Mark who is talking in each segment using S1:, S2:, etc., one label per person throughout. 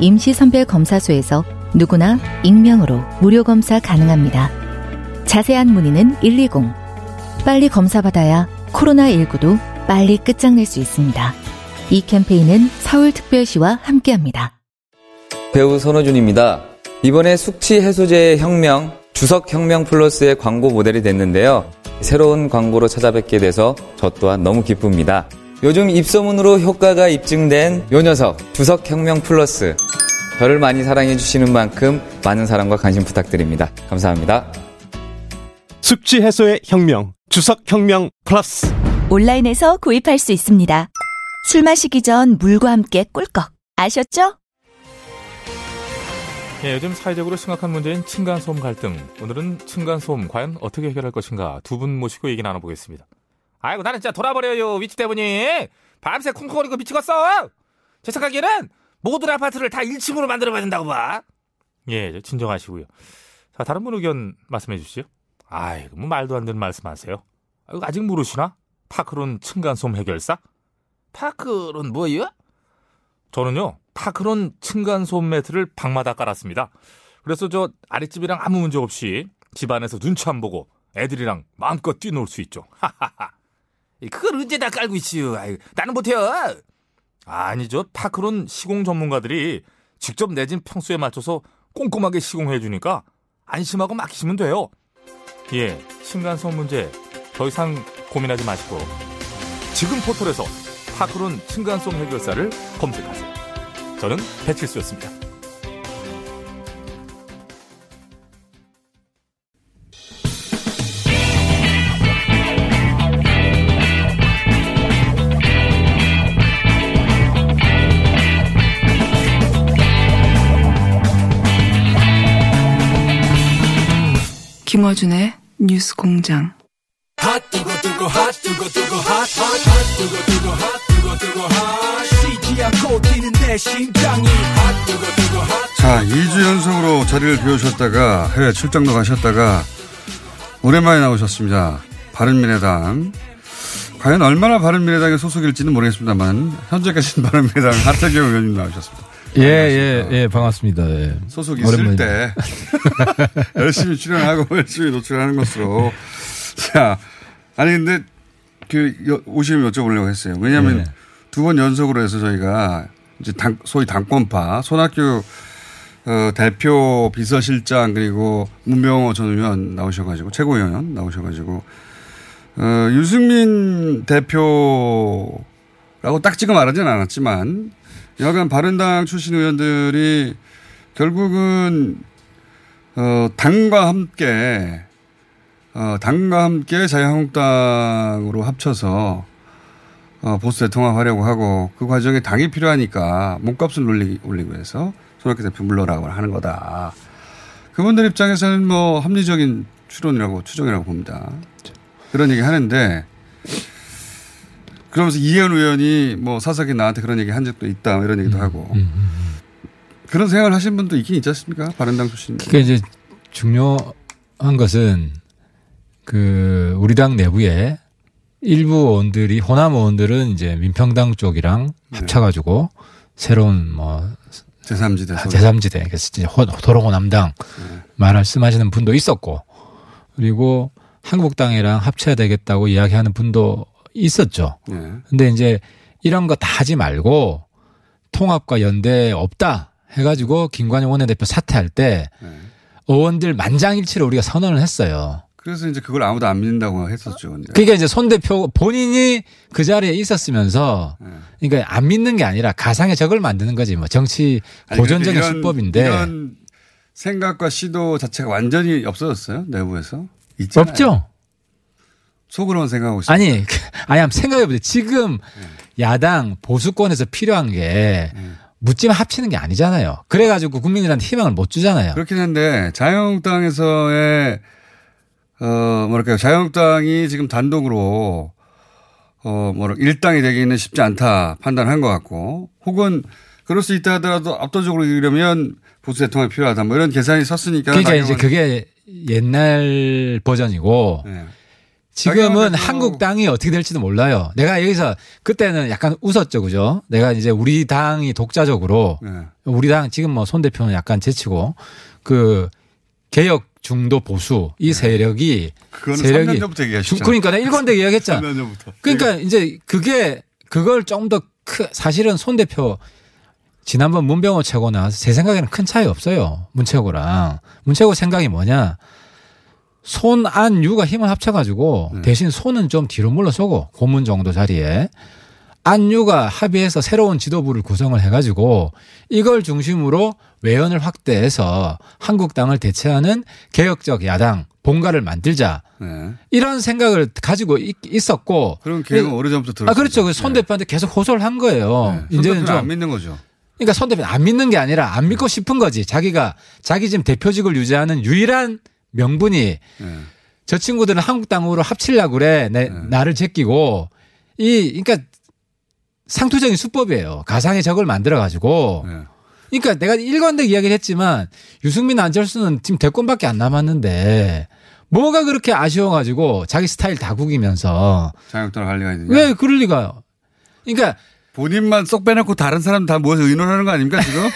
S1: 임시선별검사소에서 누구나 익명으로 무료 검사 가능합니다. 자세한 문의는 120. 빨리 검사받아야 코로나19도 빨리 끝장낼 수 있습니다. 이 캠페인은 서울특별시와 함께합니다.
S2: 배우 선호준입니다. 이번에 숙취 해소제의 혁명, 주석혁명 플러스의 광고 모델이 됐는데요. 새로운 광고로 찾아뵙게 돼서 저 또한 너무 기쁩니다. 요즘 입소문으로 효과가 입증된 요 녀석, 주석혁명 플러스. 저를 많이 사랑해주시는 만큼 많은 사랑과 관심 부탁드립니다. 감사합니다.
S3: 숙취 해소의 혁명 주석 혁명 플러스
S4: 온라인에서 구입할 수 있습니다. 술 마시기 전 물과 함께 꿀꺽. 아셨죠?
S5: 예, 요즘 사회적으로 심각한 문제인 층간소음 갈등. 오늘은 층간소음 과연 어떻게 해결할 것인가 두 분 모시고 얘기 나눠보겠습니다. 아이고 나는 진짜 돌아버려요 위치 때문에 밤새 쿵쿵거리고 미치겠어. 제 생각에는 모든 아파트를 다 1층으로 만들어야 된다고 봐. 예, 저 진정하시고요. 자, 다른 분 의견 말씀해 주시죠. 아이고 뭐 말도 안 되는 말씀하세요. 아이고, 아직 모르시나? 파크론 층간소음 해결사? 파크론 뭐예요? 저는요 파크론 층간소음 매트를 방마다 깔았습니다. 그래서 저 아랫집이랑 아무 문제 없이 집안에서 눈치 안 보고 애들이랑 마음껏 뛰놀 수 있죠. 그걸 언제 다 깔고 있지요? 나는 못해요. 아니죠. 파크론 시공 전문가들이 직접 내진 평수에 맞춰서 꼼꼼하게 시공해 주니까 안심하고 맡기시면 돼요. 예, 층간소음 문제 더 이상 고민하지 마시고 지금 포털에서 파크론 층간소음 해결사를 검색하세요. 저는 배칠수였습니다.
S6: 김어준의 뉴스 공장.
S7: 자, 2주 연속으로 자리를 비우셨다가 해외 출장도 가셨다가 오랜만에 나오셨습니다. 바른미래당. 과연 얼마나 바른미래당의 소속일지는 모르겠습니다만 현재까지는 바른미래당 하태경 의원님 나오셨습니다.
S8: 예, 예, 예, 반갑습니다. 예.
S7: 소속 있을 때 열심히 출연하고 열심히 노출하는 것으로. 자, 아니 근데 그 여- 오시면 여쭤보려고 했어요. 왜냐하면
S8: 예.
S7: 두 번 연속으로 해서 저희가 이제 당, 소위 당권파 손학규 어, 대표 비서실장 그리고 문병호 전 의원 나오셔가지고 최고위원 나오셔가지고 어, 유승민 대표라고 딱 지금 말하진 않았지만 여간 바른당 출신 의원들이 결국은 어, 당과 함께 어, 당과 함께 자유한국당으로 합쳐서 어, 보수에 통합하려고 하고 그 과정에 당이 필요하니까 몸값을 올리, 올리고 해서 손학규 대표 물러라고 하는 거다. 그분들 입장에서는 뭐 합리적인 추론이라고 추정이라고 봅니다. 그런 얘기 하는데 그러면서 이현 의원이 뭐 사석이 나한테 그런 얘기 한 적도 있다 뭐 이런 얘기도 하고 그런 생각을 하신 분도 있긴 있지 않습니까? 바른당 출신.
S8: 그러니까 이제 중요한 것은 그 우리 당 내부에 일부 의원들이 호남 의원들은 이제 민평당 쪽이랑
S7: 네.
S8: 합쳐가지고 새로운 뭐
S7: 제3지대.
S8: 아, 제3지대, 그래서 이제 호- 도로고 남당
S7: 네.
S8: 말씀하시는 분도 있었고, 그리고 한국당이랑 합쳐야 되겠다고 이야기하는 분도 있었죠.
S7: 예.
S8: 근데 이제 이런 거 다 하지 말고 통합과 연대 없다 해가지고 김관영 원내대표 사퇴할 때
S7: 네.
S8: 의원들 만장일치로 우리가 선언을 했어요.
S7: 그래서 이제 그걸 아무도 안 믿는다고 했었죠. 근데.
S8: 그러니까 이제 손 대표 본인이 그 자리에 있었으면서
S7: 예.
S8: 그러니까 안 믿는 게 아니라 가상의 적을 만드는 거지 뭐 정치
S7: 아니,
S8: 고전적인
S7: 그런데 이런-
S8: 수법인데
S7: 이런 생각과 시도 자체가 완전히 없어졌어요 내부에서. 있잖아요.
S8: 없죠.
S7: 속으로만 생각하고 있어요.
S8: 아니,
S7: 네.
S8: 아니, 한번 생각해보세요. 지금 야당 보수권에서 필요한 게 묻지마 합치는 게 아니잖아요. 그래가지고 국민들한테 희망을 못 주잖아요.
S7: 그렇긴 한데 자유한국당에서의 어 뭐랄까요 자유한국당이 지금 단독으로 어 뭐라 일당이 되기는 쉽지 않다 판단한 것 같고 혹은 그럴 수 있다 하더라도 압도적으로 이기려면 보수 대통령이 필요하다 뭐 이런 계산이 섰으니까
S8: 그러니까 이제
S7: 나경원-
S8: 그게 옛날 버전이고
S7: 네.
S8: 지금은
S7: 나경원 대표-
S8: 한국당이 어떻게 될지도 몰라요. 내가 여기서 그때는 약간 웃었죠, 그죠? 내가 이제 우리 당이 독자적으로
S7: 네.
S8: 우리 당 지금 뭐 손 대표는 약간 제치고 그 개혁 중도 보수 이 세력이
S7: 네. 그거는
S8: 세력이-
S7: 3년 전부터 네.
S8: 주-
S7: 얘기하셨죠.
S8: 그러니까 내가 일관되게 이야기했잖아.
S7: 3년 전부터.
S8: 그러니까 이제 그게 그걸 좀 더 크, 사실은 손 대표 지난번 문병호 최고나 제 생각에는 큰 차이 없어요. 문채고랑 문채고 생각이 뭐냐? 손 안 유가 힘을 합쳐가지고 대신 손은 좀 뒤로 물러서고 고문 정도 자리에 안유가 합의해서 새로운 지도부를 구성을 해가지고 이걸 중심으로 외연을 확대해서 한국당을 대체하는 개혁적 야당 본가를 만들자
S7: 네.
S8: 이런 생각을 가지고 있, 있었고
S7: 그럼 계획은 어느 전부터 들었어요. 네.
S8: 아 그렇죠. 그손 대표한테 계속 호소를 한 거예요. 이제는 좀
S7: 안 믿는 거죠.
S8: 그러니까 손 대표 안 믿는 게 아니라 안 믿고 싶은 거지. 자기가 자기 지금 대표직을 유지하는 유일한 명분이
S7: 네.
S8: 저 친구들은 한국당으로 합치려고 그래. 내, 나를 제끼고 이 그러니까 상투적인 수법이에요. 가상의 적을 만들어 가지고
S7: 네.
S8: 그러니까 내가 일관되게 이야기를 했지만 유승민 안철수는 지금 대권밖에 안 남았는데 뭐가 그렇게 아쉬워가지고 자기 스타일 다 구기면서
S7: 자유한국당 할 리가 있느냐.
S8: 왜 그럴 리가요? 그러니까
S7: 본인만 쏙 빼놓고 다른 사람 다 모여서 의논하는 거 아닙니까 지금?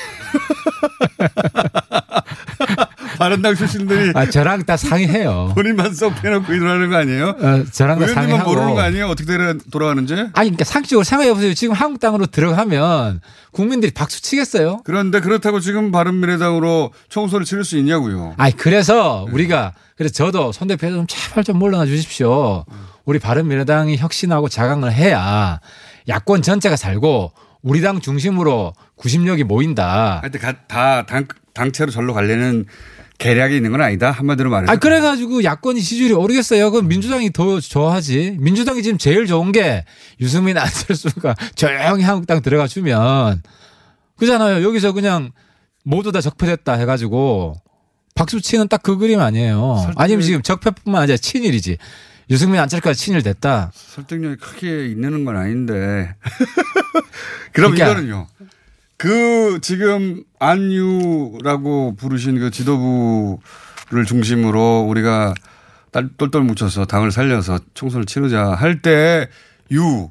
S7: 바른당 출신들이
S8: 아, 저랑 다 상의해요.
S7: 본인만 쏙 빼놓고 의논하는 거 아니에요?
S8: 어, 저랑 다
S7: 의원님만
S8: 상의하고.
S7: 모르는 거 아니에요? 어떻게 돌아- 돌아가는지?
S8: 아니, 그러니까 상식적으로 생각해 보세요. 지금 한국당으로 들어가면 국민들이 박수 치겠어요?
S7: 그런데 그렇다고 지금 바른미래당으로 총선을 치를 수 있냐고요.
S8: 아니, 그래서
S7: 네.
S8: 우리가 그래서 저도 손 대표 좀 제발 좀 물러나 주십시오. 우리 바른미래당이 혁신하고 자강을 해야 야권 전체가 살고 우리 당 중심으로 90력이 모인다.
S7: 하여튼 가- 다 당, 당체로 절로 가려는 계략이 있는 건 아니다. 한마디로 말해서.
S8: 아 그래가지고 야권이 지지율이 오르겠어요. 그럼 민주당이 더 좋아하지. 민주당이 지금 제일 좋은 게 유승민 안철수가 조용히 한국당 들어가 주면 그잖아요. 여기서 그냥 모두 다 적폐됐다 해가지고 박수 치는 딱 그 그림 아니에요. 아니면 지금 적폐뿐만 아니라 친일이지. 유승민 안철수가 친일됐다.
S7: 설득력이 크게 있는 건 아닌데. 그럼
S8: 그러니까.
S7: 이거는요. 그 지금 안유라고 부르신 그 지도부를 중심으로 우리가 딸- 똘똘 뭉쳐서 당을 살려서 총선을 치르자 할 때 유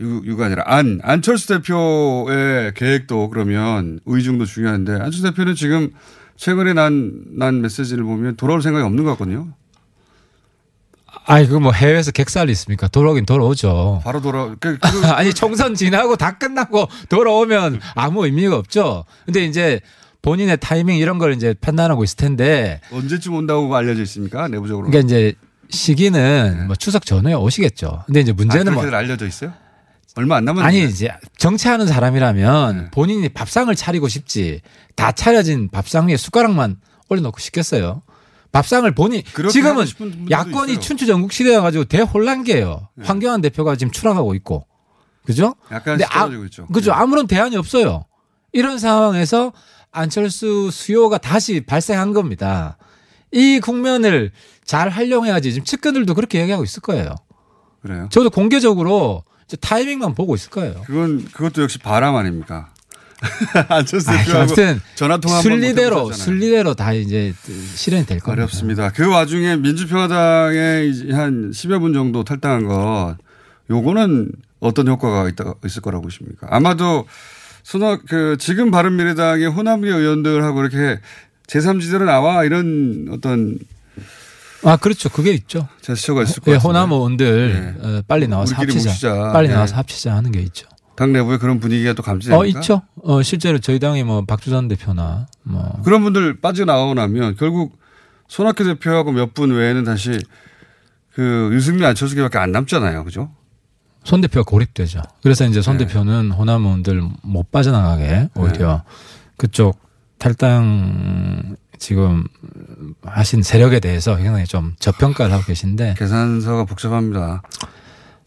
S7: 유, 유가 아니라 안 안철수 대표의 계획도 그러면 의중도 중요한데 안철수 대표는 지금 최근에 난 난 메시지를 보면 돌아올 생각이 없는 것 같거든요.
S8: 아니 그뭐 해외에서 객살이 있습니까? 돌아오긴 돌아오죠.
S7: 바로 돌아 그, 그,
S8: 아니 총선 지나고 다 끝나고 돌아오면 아무 의미가 없죠. 근데 이제 본인의 타이밍 이런 걸 이제 판단하고 있을 텐데
S7: 언제쯤 온다고 알려져 있습니까? 내부적으로.
S8: 그러니까 이제 시기는 뭐 추석 전에 오시겠죠. 근데 이제 문제는
S7: 아,
S8: 뭐
S7: 그렇게들 알려져 있어요? 얼마 안 남았는데.
S8: 아니 이제 정치하는 사람이라면
S7: 네.
S8: 본인이 밥상을 차리고 싶지 다 차려진 밥상 위에 숟가락만 올려놓고 싶겠어요. 밥상을 본인
S7: 그렇게 하고
S8: 지금은
S7: 싶은 분들도
S8: 야권이
S7: 있어요. 네.
S8: 춘추전국 시대여 가지고 대혼란기예요. 황교안 대표가 지금 추락하고 있고 그죠?
S7: 약간
S8: 근데 아,
S7: 떨어지고 있죠. 네.
S8: 그죠. 아무런 대안이 없어요. 이런 상황에서 안철수 수요가 다시 발생한 겁니다. 이 국면을 잘 활용해야지 지금 측근들도 그렇게 얘기하고 있을 거예요.
S7: 그래요.
S8: 저도 공개적으로 이제 타이밍만 보고 있을 거예요.
S7: 그건 그것도 역시 바람 아닙니까? 안철수
S8: 아이,
S7: 네, 대표하고
S8: 아무튼
S7: 전화 통화 한번
S8: 순리대로
S7: 못해보셨잖아요.
S8: 순리대로 다 이제 실현이 될 겁니다.
S7: 어렵습니다. 그 와중에 민주평화당에 이제 한 10여 분 정도 탈당한 것 요거는 어떤 효과가 있다, 있을 거라고 보십니까? 아마도 순화, 그 지금 바른미래당의 호남계 의원들하고 이렇게 제3지대로 나와 이런 어떤
S8: 아 그렇죠. 그게 있죠.
S7: 제스처가 있을 것
S8: 예,
S7: 같아요.
S8: 호남 의원들 어, 빨리 나와서
S7: 우리끼리
S8: 합치자.
S7: 뭉치자.
S8: 빨리
S7: 예.
S8: 나와서 합치자 하는 게 있죠.
S7: 당 내부에 그런 분위기가 또 감지됩니까?
S8: 어 있죠. 어 실제로 저희 당의 뭐 박주선 대표나 뭐
S7: 그런 분들 빠져나오고 나면 결국 손학규 대표하고 몇 분 외에는 다시 그 유승민 안철수밖에 안 남잖아요. 그죠?
S8: 손 대표가 고립되죠. 그래서 이제 손
S7: 네.
S8: 대표는 호남 의원들 못 빠져나가게 오히려 그쪽 탈당 지금 하신 세력에 대해서 굉장히 좀 저평가를 하고 계신데
S7: 계산서가 복잡합니다.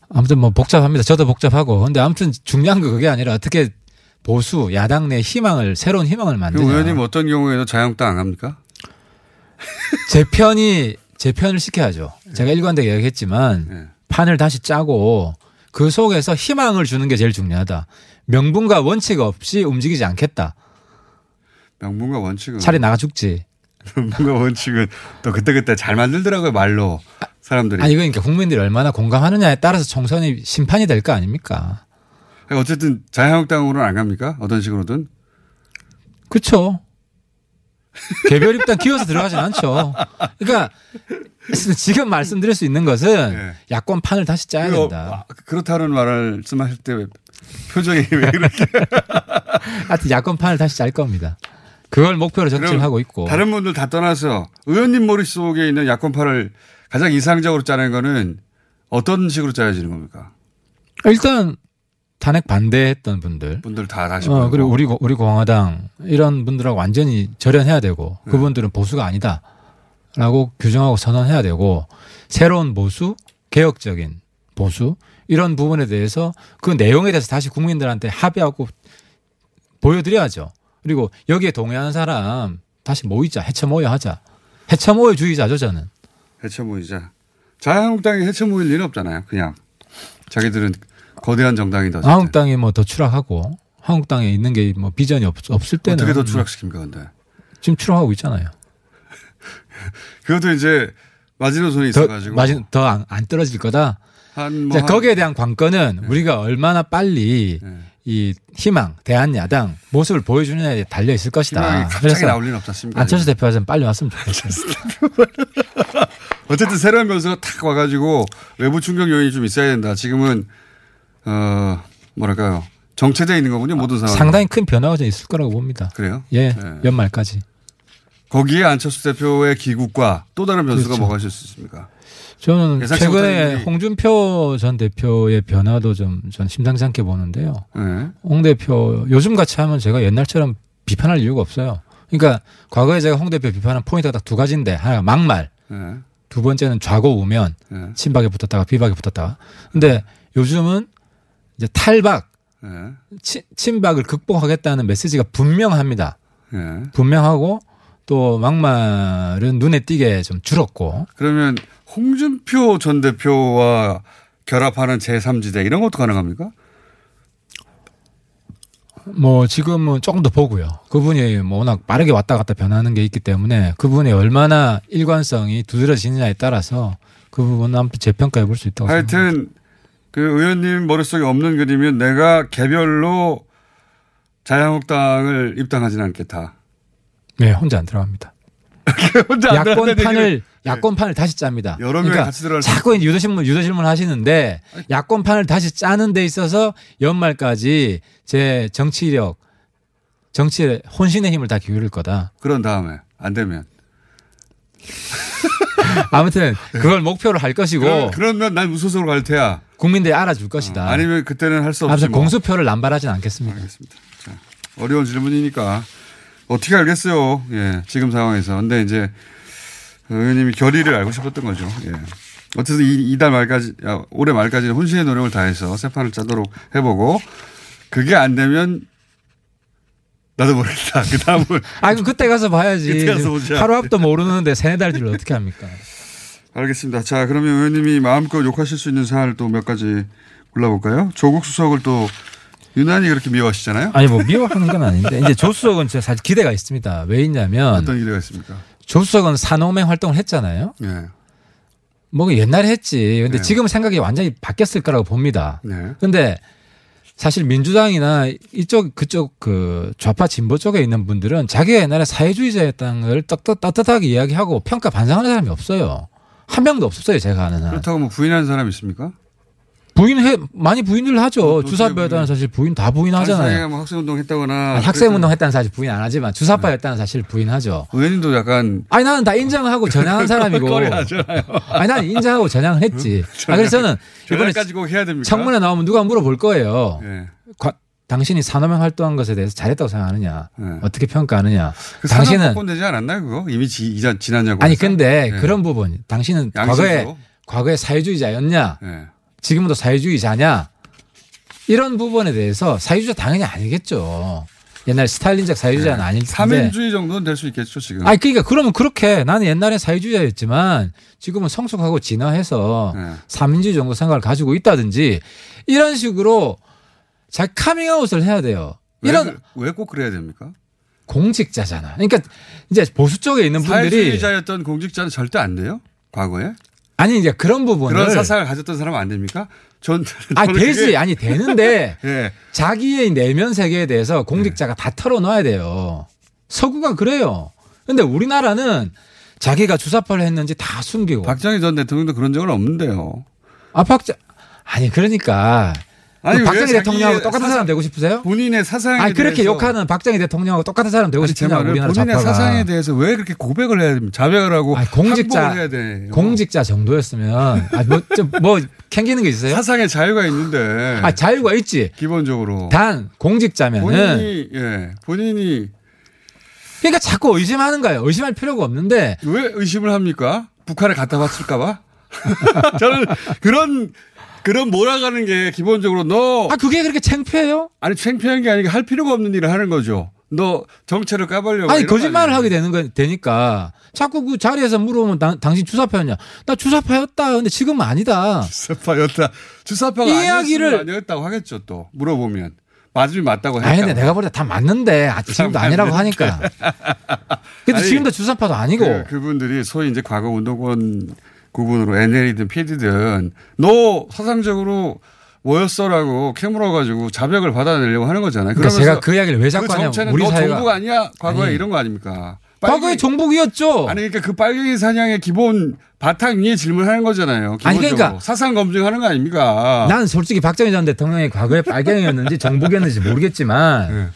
S8: 아무튼 뭐 복잡합니다. 저도 복잡하고 근데 아무튼 중요한 거 그게 아니라 어떻게 보수 야당 내 희망을 새로운 희망을
S7: 그
S8: 만드냐.
S7: 의원님 어떤 경우에도 자영당 안 갑니까?
S8: 제 편이 제 편을 시켜야죠. 제가 일관되게 얘기했지만
S7: 예.
S8: 판을 다시 짜고 그 속에서 희망을 주는 게 제일 중요하다. 명분과 원칙 없이 움직이지 않겠다.
S7: 명분과 원칙은
S8: 차라리 나가 죽지.
S7: 명분과 원칙은 또 그때 그때 잘 만들더라고요 말로 사람들이.
S8: 아 이거 그러니까 국민들이 얼마나 공감하느냐에 따라서 총선이 심판이 될 거 아닙니까?
S7: 아니, 어쨌든 자유한국당으로는 안 갑니까? 어떤 식으로든.
S8: 그렇죠. 개별 입당 기어서 들어가진 않죠. 그러니까 지금 말씀드릴 수 있는 것은
S7: 예.
S8: 야권 판을 다시 짜야
S7: 그리고
S8: 된다.
S7: 아, 그렇다는 말을 씀하실때 표정이 왜 이렇게
S8: 하여튼 야권 판을 다시 짤 겁니다. 그걸 목표로
S7: 그럼
S8: 적진하고 있고.
S7: 다른 분들 다 떠나서 의원님 머릿속에 있는 야권파를 가장 이상적으로 짜는 거는 어떤 식으로 짜여지는 겁니까?
S8: 일단 탄핵 반대했던 분들,
S7: 분들 다 다시
S8: 어,
S7: 보고.
S8: 그리고 우리 고- 우리 공화당 이런 분들하고 완전히 절연해야 되고
S7: 네.
S8: 그분들은 보수가 아니다라고 규정하고 선언해야 되고 새로운 보수, 개혁적인 보수 이런 부분에 대해서 그 내용에 대해서 다시 국민들한테 합의하고 보여드려야죠. 그리고 여기에 동의하는 사람 다시 모이자, 해체 모여 하자. 해체 모여주의자죠 저는.
S7: 해체 모이자. 자유한국당이 해체 모일 일은 없잖아요. 그냥 자기들은 거대한 정당이다. 어쨌든.
S8: 한국당이 뭐 더 추락하고 한국당에 있는 게 뭐 비전이 없, 없을 때는
S7: 어떻게 더 추락시킵니까, 근데.
S8: 지금 추락하고 있잖아요.
S7: 그것도 이제 마지노선이
S8: 더,
S7: 있어가지고.
S8: 마진, 더 안, 안 떨어질 거다.
S7: 한 뭐.
S8: 자,
S7: 한-
S8: 거기에 대한 관건은 우리가 얼마나 빨리
S7: 네.
S8: 이 희망, 대한야당 모습을 보여주느냐에 달려 있을
S7: 희망이
S8: 것이다.
S7: 갑자기
S8: 그래서
S7: 나올 리는 예. 없지 않습니까?
S8: 안철수 대표가 좀 빨리 예. 왔으면 좋겠어요.
S7: 어쨌든 새로운 변수가 탁 와가지고 외부 충격 요인이 좀 있어야 된다. 지금은 어 뭐랄까요 정체돼 있는 거군요 모든 상황.
S8: 상당히 큰 변화가 좀 있을 거라고 봅니다.
S7: 그래요.
S8: 예,
S7: 네.
S8: 연말까지.
S7: 거기에 안철수 대표의 기국과 또 다른 변수가
S8: 그렇죠.
S7: 뭐가 있을 수 있습니까?
S8: 저는
S7: 예상치 못한
S8: 최근에
S7: 일이-
S8: 홍준표 전 대표의 변화도 좀 전 심상치 않게 보는데요.
S7: 예.
S8: 홍 대표 요즘 같이 하면 제가 옛날처럼 비판할 이유가 없어요. 그러니까 과거에 제가 홍 대표 비판한 포인트가 딱 두 가지인데 하나가 막말,
S7: 예.
S8: 두 번째는 좌고 우면
S7: 예.
S8: 친박에 붙었다가 비박에 붙었다가. 근데 요즘은 이제 탈박,
S7: 예.
S8: 치- 친박을 극복하겠다는 메시지가 분명합니다.
S7: 예.
S8: 분명하고 또 막말은 눈에 띄게 좀 줄었고
S7: 그러면 홍준표 전 대표와 결합하는 제3지대 이런 것도 가능합니까?
S8: 뭐 지금은 조금 더 보고요. 그분이 뭐 워낙 빠르게 왔다 갔다 변하는 게 있기 때문에 그분이 얼마나 일관성이 두드러지느냐에 따라서 그 부분은 한번 재평가해 볼 수 있다고 생각합니다.
S7: 하여튼 그 의원님 머릿속에 없는 그림은 내가 개별로 자유한국당을 입당하진 않겠다.
S8: 네, 혼자 안 들어갑니다.
S7: 혼자 안 들어간다는 얘기를 네.
S8: 야권판을 야권판을 다시 짭니다. 그러니까
S7: 여러 명이 같이 들어갈 수
S8: 자꾸 유도신문 유도신문 하시는데 야권판을 다시 짜는 데 있어서 연말까지 제 정치력 정치의 혼신의 힘을 다 기울일 거다.
S7: 그런 다음에 안 되면
S8: 아무튼 그걸 목표로 할 것이고
S7: 네. 그럼, 그러면 난 무소속으로 갈 테야.
S8: 국민들이 알아줄 것이다.
S7: 아니면 그때는 할 수 없지.
S8: 아무튼
S7: 뭐.
S8: 공수표를 남발하진 않겠습니다.
S7: 알겠습니다. 자, 어려운 질문이니까 어떻게 알겠어요? 예, 지금 상황에서. 근데 이제 의원님이 결의를 알고 싶었던 거죠. 예. 어쨌든 이, 이달 말까지, 아, 올해 말까지는 혼신의 노력을 다해서 세판을 짜도록 해보고 그게 안 되면 나도 모르겠다. 그 다음을
S8: 아, 그럼 그때 가서 봐야지.
S7: 그때 가서 보자.
S8: 하루 앞도 모르는데 세네 달 뒤를 어떻게 합니까?
S7: 알겠습니다. 자, 그러면 의원님이 마음껏 욕하실 수 있는 사안을 또 몇 가지 골라볼까요? 조국 수석을 또 유난히 그렇게 미워하시잖아요.
S8: 아니 뭐 미워하는 건 아닌데 이제 조수석은 진짜 사실 기대가 있습니다. 왜 있냐면
S7: 어떤 기대가 있습니까?
S8: 조수석은 산호맹 활동을 했잖아요.
S7: 예.
S8: 뭐 옛날에 했지. 근데
S7: 네.
S8: 지금 생각이 완전히 바뀌었을 거라고 봅니다.
S7: 네.
S8: 근데 사실 민주당이나 이쪽 그쪽 그 좌파 진보 쪽에 있는 분들은 자기가 옛날에 사회주의자였다는 걸 떳떳- 따뜻하게 이야기하고 평가 반성하는 사람이 없어요. 한 명도 없었어요, 제가 아는 한.
S7: 그렇다고 뭐 부인하는 사람 있습니까?
S8: 부인해 많이 부인을 하죠.
S7: 또
S8: 주사파였다는
S7: 뭐 부인.
S8: 사실 부인 다
S7: 사회가
S8: 부인하잖아요.
S7: 뭐 학생운동 했다거나
S8: 아니, 학생운동 했다는 사실 부인 안 하지만 주사파였다는 사실 부인하죠.
S7: 의원님도 약간
S8: 아니 나는 다 인정하고 전향한 사람이고. 아니 나는 인정하고 전향을 했지. 아, 그래서 저는 이번에
S7: 전략까지 꼭 해야 됩니까?
S8: 청문회 나오면 누가 물어볼 거예요.
S7: 그러니까? 예.
S8: 과- 당신이 산업형 활동한 것에 대해서 잘했다고 생각하느냐,
S7: 네.
S8: 어떻게 평가하느냐.
S7: 그
S8: 당신은
S7: 당신은 되지 않았나요 그거 이미 지, 이전 지난년
S8: 아니 근데
S7: 네.
S8: 그런 부분, 당신은 과거에
S7: 양심으로
S8: 과거에 사회주의자였냐,
S7: 예.
S8: 지금도 사회주의자냐 이런 부분에 대해서 사유자 당연히 아니겠죠. 옛날 스탈린적 사유자는
S7: 예.
S8: 아닐 텐데.
S7: 사민주의 정도는 될 수 있겠죠 지금.
S8: 아니 그러니까 그러면 그렇게 나는 옛날에 사회주의자였지만 지금은 성숙하고 진화해서
S7: 네.
S8: 사민주의 정도 생각을 가지고 있다든지 이런 식으로 자기 카밍아웃을 해야 돼요. 이런
S7: 왜 꼭 그래야 됩니까?
S8: 공직자잖아. 그러니까 이제 보수 쪽에 있는 분들이
S7: 사회주의자였던 공직자는 절대 안 돼요. 과거에
S8: 아니 이제 그런 부분을
S7: 그런 사상을 가졌던 사람은 안 됩니까? 전
S8: 아
S7: 저는
S8: 되지
S7: 그게-
S8: 아니 되는데
S7: 예.
S8: 자기의 내면 세계에 대해서 공직자가 다 털어놓아야 돼요. 서구가 그래요. 근데 우리나라는 자기가 주사파를 했는지 다 숨기고
S7: 박정희 전 대통령도 그런 적은 없는데요.
S8: 아 박자 아니 그러니까
S7: 아니,
S8: 그 박정희
S7: 왜 자기의
S8: 대통령하고 똑같은
S7: 사상-
S8: 사람 되고 싶으세요?
S7: 본인의 사상에
S8: 아니 그렇게
S7: 대해서-
S8: 욕하는 박정희 대통령하고 똑같은 사람 되고
S7: 아니, 제
S8: 싶으냐고
S7: 말은
S8: 우리나라
S7: 본인의
S8: 좌파가
S7: 사상에 대해서 왜 그렇게 고백을 해야 됩니까? 자백을 하고
S8: 아니, 공직자-
S7: 항복을 해야 돼.
S8: 공직자 정도였으면 아뭐뭐 캥기는 게 있어요?
S7: 사상의 자유가 있는데
S8: 아 자유가 있지.
S7: 기본적으로
S8: 단 공직자면은
S7: 어. 본인이 예 본인이
S8: 그러니까 자꾸 의심하는 거예요. 의심할 필요가 없는데
S7: 왜 의심을 합니까? 북한에 갔다 왔을까봐 저는 그런 그런 몰아가는 게 기본적으로 너
S8: 아 그게 그렇게 창피해요?
S7: 아니 창피한 게 아니고 할 필요가 없는 일을 하는 거죠. 너 정체를 까발려고
S8: 아니
S7: 이런 거
S8: 거짓말을 하게
S7: 아니에요?
S8: 되는 거 되니까 자꾸 그 자리에서 물어보면 당, 당신 주사파였냐? 나 주사파였다. 근데 지금은 아니다.
S7: 주사파였다. 주사파가
S8: 이
S7: 아니었으면
S8: 이야기를-
S7: 아니었다고 하겠죠 또 물어보면 맞으면 맞다고
S8: 아니 근데
S7: 했다.
S8: 내가 볼 때 다 맞는데 아, 지금도
S7: 다
S8: 아니라고 하니까. 근데
S7: 아니,
S8: 지금도 주사파도 아니고.
S7: 그, 그분들이 소위 이제 과거 운동권 구분으로 NL이든 PD든 너 사상적으로 뭐였어라고 캐물어가지고 자백을 받아내려고 하는 거잖아요.
S8: 그러니까
S7: 그러면서
S8: 제가 그 이야기를 왜 자꾸
S7: 그
S8: 하냐면
S7: 정체는
S8: 우리
S7: 너
S8: 사회가
S7: 종북 아니야? 과거에
S8: 아니.
S7: 이런 거 아닙니까?
S8: 과거의
S7: 빨갱이-
S8: 종북이었죠.
S7: 아니 그러니까 그 빨갱이 사냥의 기본 바탕 위에 질문하는 거잖아요. 기본적으로.
S8: 아니, 그러니까-
S7: 사상 검증하는 거 아닙니까?
S8: 난 솔직히 박정희 전 대통령이 과거에 빨갱이였는지 정북이었는지 모르겠지만
S7: 네.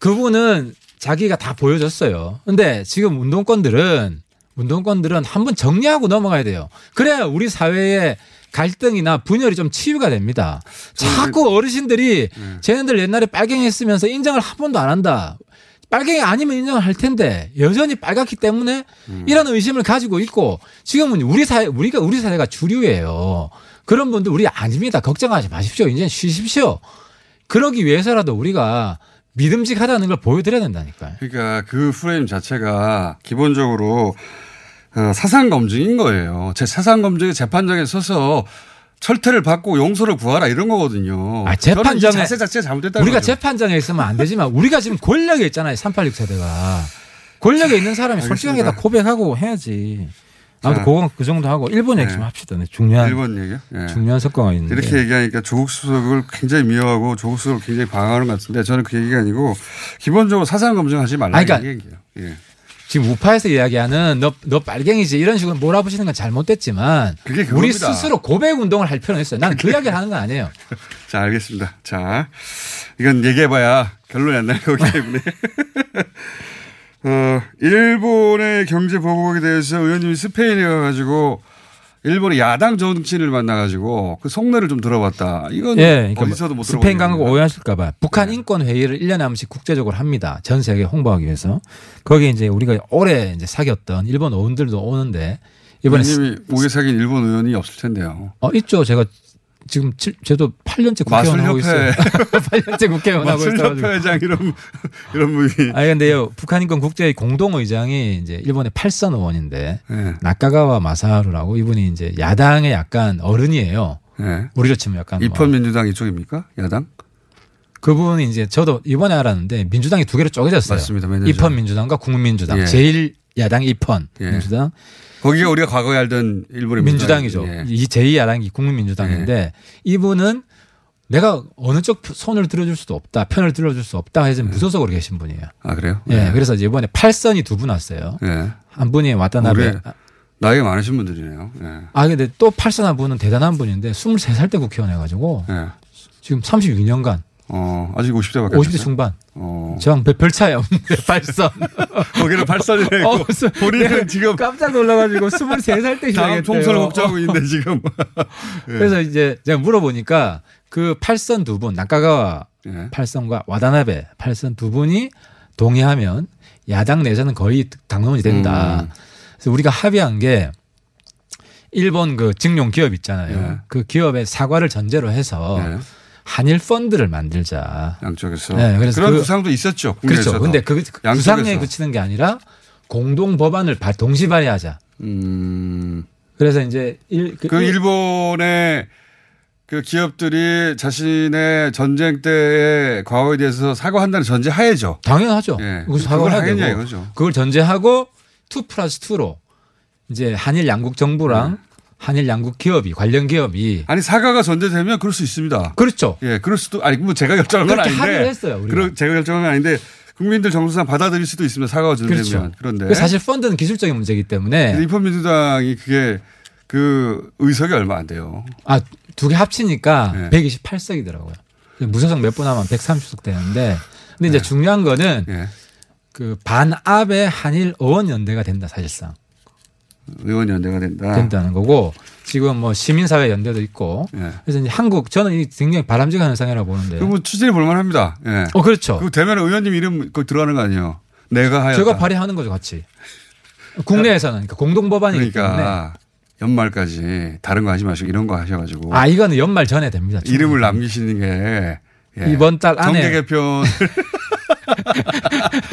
S8: 그분은 자기가 다 보여줬어요. 근데 지금 운동권들은 운동권들은 한번 정리하고 넘어가야 돼요. 그래야 우리 사회의 갈등이나 분열이 좀 치유가 됩니다. 자꾸 어르신들이 쟤네들 옛날에 빨갱이 했으면서 인정을 한 번도 안 한다. 빨갱이 아니면 인정을 할 텐데 여전히 빨갛기 때문에
S7: 음.
S8: 이런 의심을 가지고 있고 지금은 우리 사회 우리가 우리 사회가 주류예요. 그런 분들 우리 아닙니다. 걱정하지 마십시오. 이제 쉬십시오. 그러기 위해서라도 우리가 믿음직하다는 걸 보여드려야 된다니까요.
S7: 그러니까 그 프레임 자체가 기본적으로 어, 사상 검증인 거예요. 제 사상 검증이 재판장에 서서 철퇴를 받고 용서를 구하라 이런 거거든요.
S8: 아,
S7: 저는 이
S8: 재판장에-
S7: 자세 자체가 잘못됐다는
S8: 우리가
S7: 거죠.
S8: 재판장에 있으면 안 되지만 우리가 지금 권력에 있잖아요. 386 세대가. 권력에 있는 사람이 솔직하게 다
S7: 알겠습니다.
S8: 고백하고 해야지.
S7: 자.
S8: 아무튼 그건 그 정도 하고 일본 얘기 좀
S7: 네.
S8: 합시다. 네, 중요한
S7: 일본 얘기요? 예.
S8: 중요한 석가가 있는데.
S7: 이렇게 얘기하니까 조국 수석을 굉장히 미워하고 조국 수석을 굉장히 방어하는 것 같은데 저는 그 얘기가 아니고 기본적으로 사상 검증하지 말라는
S8: 아니, 그러니까-
S7: 얘기예요. 예.
S8: 지금 우파에서 이야기하는 너, 너 빨갱이지 이런 식으로 몰아붙이는 건 잘못됐지만
S7: 그게
S8: 우리
S7: 그겁니다.
S8: 스스로 고백 운동을 할 필요는 있어요. 나는 그 이야기를 하는 건 아니에요.
S7: 자, 알겠습니다. 자, 이건 얘기해봐야 결론이 안 날 거기 때문에. 어, 일본의 경제 보복에 대해서 의원님이 스페인에 가가지고 일본의 야당 정치인을 만나가지고 그 속내를 좀 들어봤다. 이건
S8: 예, 그러니까
S7: 어디서도 못 들어봤다. 네.
S8: 스페인 강국 오해하실까봐 북한 인권 회의를 1년에 한 번씩 국제적으로 합니다. 전 세계 홍보하기 위해서. 거기에 이제 우리가 올해 이제 사귀었던 일본 어원들도 오는데 이번에 스-
S7: 의원님이 오게 사귄 일본 의원이 없을 텐데요.
S8: 어 있죠. 제가 지금 칠, 저도 8년째 국회의원 하고
S7: 마술협회.
S8: 있어요. 8년째 국회의원 하고 있어가지고.
S7: 마술협회장 이런 이런 분이
S8: 아 근데 요 북한 인권 국제 공동 의장이 이제 일본의 8선 의원인데
S7: 예,
S8: 나카가와 마사루라고 이분이 이제 야당의 약간 어른이에요.
S7: 예.
S8: 우리로 치면 약간 뭐
S7: 입헌민주당 이쪽입니까? 야당?
S8: 그분이 이제 저도 이번에 알았는데 민주당이 두 개로 쪼개졌어요.
S7: 맞습니다. 몇년
S8: 입헌
S7: 전에.
S8: 민주당과 국민민주당.
S7: 예.
S8: 제일 야당 입헌
S7: 예.
S8: 민주당
S7: 거기가 우리가 과거에 알던 일본의
S8: 민주당이죠.
S7: 민주당이죠. 예.
S8: 이 제2 야당이 국민민주당인데 이분은 내가 어느 쪽 손을 들어줄 수도 없다, 편을 들어줄 수 없다 해서
S7: 예.
S8: 무소속으로 계신 분이에요.
S7: 아 그래요?
S8: 예, 그래서 이제 이번에 8선이 두 분 왔어요.
S7: 예.
S8: 한 분이
S7: 올해
S8: 와타나베.
S7: 나이가 많으신 분들이네요. 예.
S8: 아 근데 또 8선 한 분은 대단한 분인데 23살 때 국회의원 해가지고
S7: 예.
S8: 지금 36년간
S7: 어, 아직 50대밖에
S8: 50대 중반
S7: 어.
S8: 저랑 별, 별 차이 없는데 8선.
S7: 거기를 발사를
S8: 어, 무슨-
S7: 네, 본인은 지금
S8: 깜짝 놀라가지고 23살 때
S7: 다음
S8: 시작했대요. 어.
S7: 총선을 걱정하고 있는데 지금. 예.
S8: 그래서 이제 제가 물어보니까 그 8선 두 분, 나카가와
S7: 예.
S8: 8선과 와다나베 8선 두 분이 동의하면 야당 내에서는 거의 당론이 된다.
S7: 음.
S8: 그래서 우리가 합의한 게 일본 그 증용 기업 있잖아요.
S7: 예.
S8: 그 기업의 사과를 전제로 해서
S7: 예.
S8: 한일 펀드를 만들자.
S7: 양쪽에서.
S8: 네, 그래서
S7: 그런
S8: 그-
S7: 구상도 있었죠.
S8: 그렇죠.
S7: 국내에서도.
S8: 근데 그
S7: 양쪽에서.
S8: 구상에 그치는 게 아니라 공동 법안을 발- 동시 발의하자.
S7: 음.
S8: 그래서 이제 일, 그
S7: 그
S8: 일-
S7: 일본의 그 기업들이 자신의 전쟁 때의 과거에 대해서 사과한다는 전제 하에죠.
S8: 당연하죠.
S7: 예.
S8: 그거
S7: 그걸
S8: 사과해야
S7: 하겠냐
S8: 되고.
S7: 이거죠.
S8: 그걸 전제하고 2 플러스 2로 이제 한일 양국 정부랑
S7: 음.
S8: 한일 양국 기업이 관련 기업이
S7: 아니 사과가 전제되면 그럴 수 있습니다.
S8: 그렇죠.
S7: 예, 그럴 수도 아니 뭐 제가 결정한 건
S8: 그렇게
S7: 아닌데.
S8: 합의를 했어요. 우리가.
S7: 그러- 제가 결정한 건 아닌데 국민들 정서상 받아들일 수도 있습니다. 사과가 전제되면.
S8: 그렇죠.
S7: 그런데
S8: 그 사실 펀드는 기술적인 문제이기 때문에
S7: 리퍼민주당이 그게 그 의석이 얼마 안 돼요.
S8: 아, 두 개 합치니까
S7: 네.
S8: 128석이더라고요. 무소속 몇 분 하면 130석 되는데 근데
S7: 네.
S8: 이제 중요한 거는
S7: 예.
S8: 그 반압의 한일 의원 연대가 된다 사실상
S7: 의원 연대가 된다.
S8: 된다는 거고 지금 뭐 시민사회 연대도 있고
S7: 예.
S8: 그래서 이제 한국 저는 이 굉장히 바람직한 현상이라고 보는데
S7: 그럼 추진해 볼 만합니다. 예.
S8: 어 그렇죠.
S7: 뭐 그 되면 의원님 이름 그 들어가는 거 아니에요? 내가 하였다.
S8: 제가 발의하는 거죠, 같이. 국내에서는 그러니까 공동 법안이기 때문에
S7: 그러니까 연말까지 다른 거 하지 마시고 이런 거 하셔가지고
S8: 아 이거는 연말 전에 됩니다. 충분히.
S7: 뭐 이름을 남기시는 게 예.
S8: 이번 달
S7: 정계
S8: 안에
S7: 개편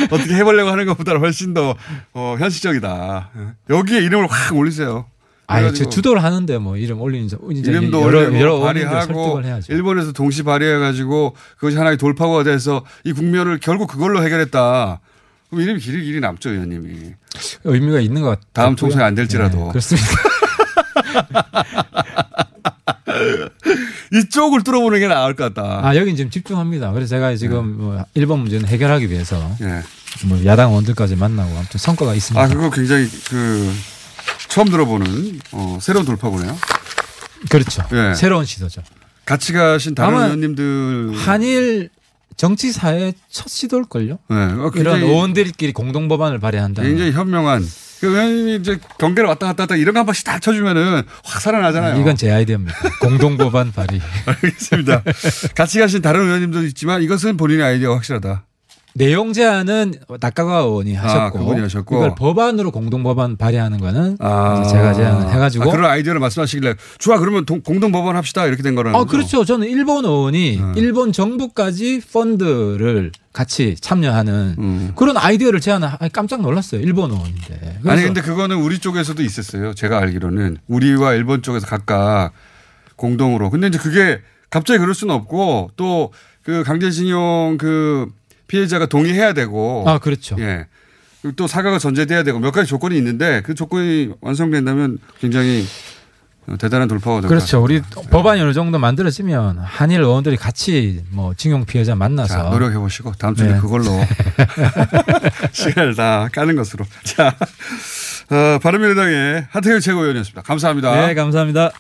S7: 어떻게 해보려고 하는 것보다 훨씬 더 어, 현실적이다. 예. 여기에 이름을 확 올리세요.
S8: 아
S7: 그래가지고
S8: 주도를 하는데 뭐 이름 올리는 자- 이제
S7: 이름도
S8: 여러
S7: 올리고
S8: 여러 의원들
S7: 발의하고
S8: 설득을 해야죠.
S7: 일본에서 동시 발의해가지고 그것이 하나의 돌파구가 돼서 이 국면을 결국 그걸로 해결했다. 그럼 이름이 길이 길이 남죠 의원님이.
S8: 의미가 있는 것 같아요. 네,
S7: 다음 총선에 안 될지라도.
S8: 그렇습니다.
S7: 이쪽을 뚫어보는 게 나을 것 같다.
S8: 아 여긴 지금 집중합니다. 그래서 제가 지금
S7: 네.
S8: 뭐 일본 문제는 해결하기 위해서
S7: 예.
S8: 뭐 야당 의원들까지 만나고 아무튼 성과가 있습니다.
S7: 아, 그거 굉장히 그 처음 들어보는 어, 새로운 돌파구네요.
S8: 그, 렇죠
S7: 예.
S8: 새로운 시도죠.
S7: 같이 가신 다른
S8: 아마
S7: 의원님들
S8: 한일 정치 사회 첫 시도일 걸요.
S7: 예, 어,
S8: 이런
S7: 굉장히,
S8: 의원들끼리 공동 법안을 음, 발의한다.
S7: 굉장히 현명한 그 의원님이 이제 경계를 왔다 갔다 했다 이런 거 한 번씩 다 쳐주면은 확 살아나잖아요.
S8: 이건 제 아이디어입니다. 공동 법안 발의.
S7: 알겠습니다. 같이 가신 다른 의원님도 있지만 이것은 본인의 아이디어 확실하다.
S8: 내용 제안은 낙가가 의원이 하셨고,
S7: 아, 그분이 하셨고.
S8: 이걸 법안으로 공동 법안 발의하는 거는
S7: 아,
S8: 이제 제가 제안을 해가지고.
S7: 아, 그런 아이디어를 말씀하시길래 좋아 그러면 동- 공동 법원 합시다 이렇게 된 거라는
S8: 아,
S7: 거죠?
S8: 그렇죠. 저는 일본 의원이
S7: 음.
S8: 일본 정부까지 펀드를 같이 참여하는
S7: 음.
S8: 그런 아이디어를 제안을 하- 깜짝 놀랐어요. 일본 의원인데. 그래서
S7: 아니 근데 그거는 우리 쪽에서도 있었어요. 제가 알기로는 우리와 일본 쪽에서 각각 공동으로. 근데 이제 그게 갑자기 그럴 수는 없고 또 그 강제징용 그 피해자가 동의해야 되고.
S8: 아, 그렇죠.
S7: 예. 그리고 또 사과가 전제돼야 되고 몇 가지 조건이 있는데 그 조건이 완성된다면 굉장히 대단한 돌파가 될것
S8: 그렇죠. 우리
S7: 같습니다.
S8: 법안이 어느 정도 만들어지면 한일 의원들이 같이 뭐 징용 피해자 만나서
S7: 자, 노력해 보시고 다음 주에
S8: 네.
S7: 그걸로 시간을 다 까는 것으로. 자, 어, 바른미래당의 하태경 최고위원이었습니다. 감사합니다.
S8: 네, 감사합니다.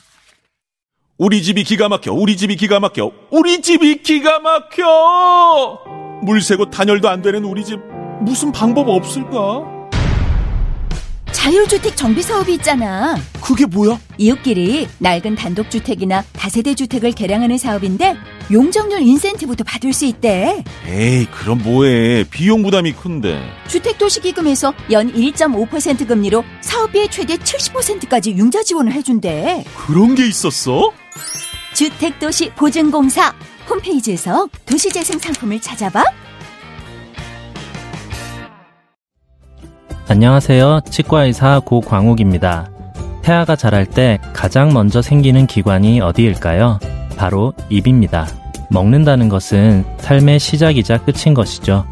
S6: 우리 집이 기가 막혀, 우리 집이 기가 막혀, 우리 집이 기가 막혀! 물새고 단열도 안 되는 우리 집, 무슨 방법 없을까?
S4: 자율주택 정비 사업이 있잖아.
S6: 그게 뭐야?
S4: 이웃끼리 낡은 단독주택이나 다세대 주택을 개량하는 사업인데 용적률 인센티브도 받을 수 있대.
S6: 에이, 그럼 뭐해. 비용 부담이 큰데.
S4: 주택도시기금에서 연 1.5% 금리로 사업비의 최대 70%까지 융자 지원을 해준대.
S6: 그런 게 있었어?
S4: 주택도시 보증공사 홈페이지에서 도시재생 상품을 찾아봐.
S9: 안녕하세요. 치과의사 고광욱입니다. 태아가 자랄 때 가장 먼저 생기는 기관이 어디일까요? 바로 입입니다. 먹는다는 것은 삶의 시작이자 끝인 것이죠.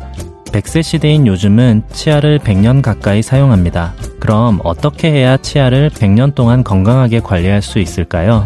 S9: 100세 시대인 요즘은 치아를 100년 가까이 사용합니다. 그럼 어떻게 해야 치아를 100년 동안 건강하게 관리할 수 있을까요?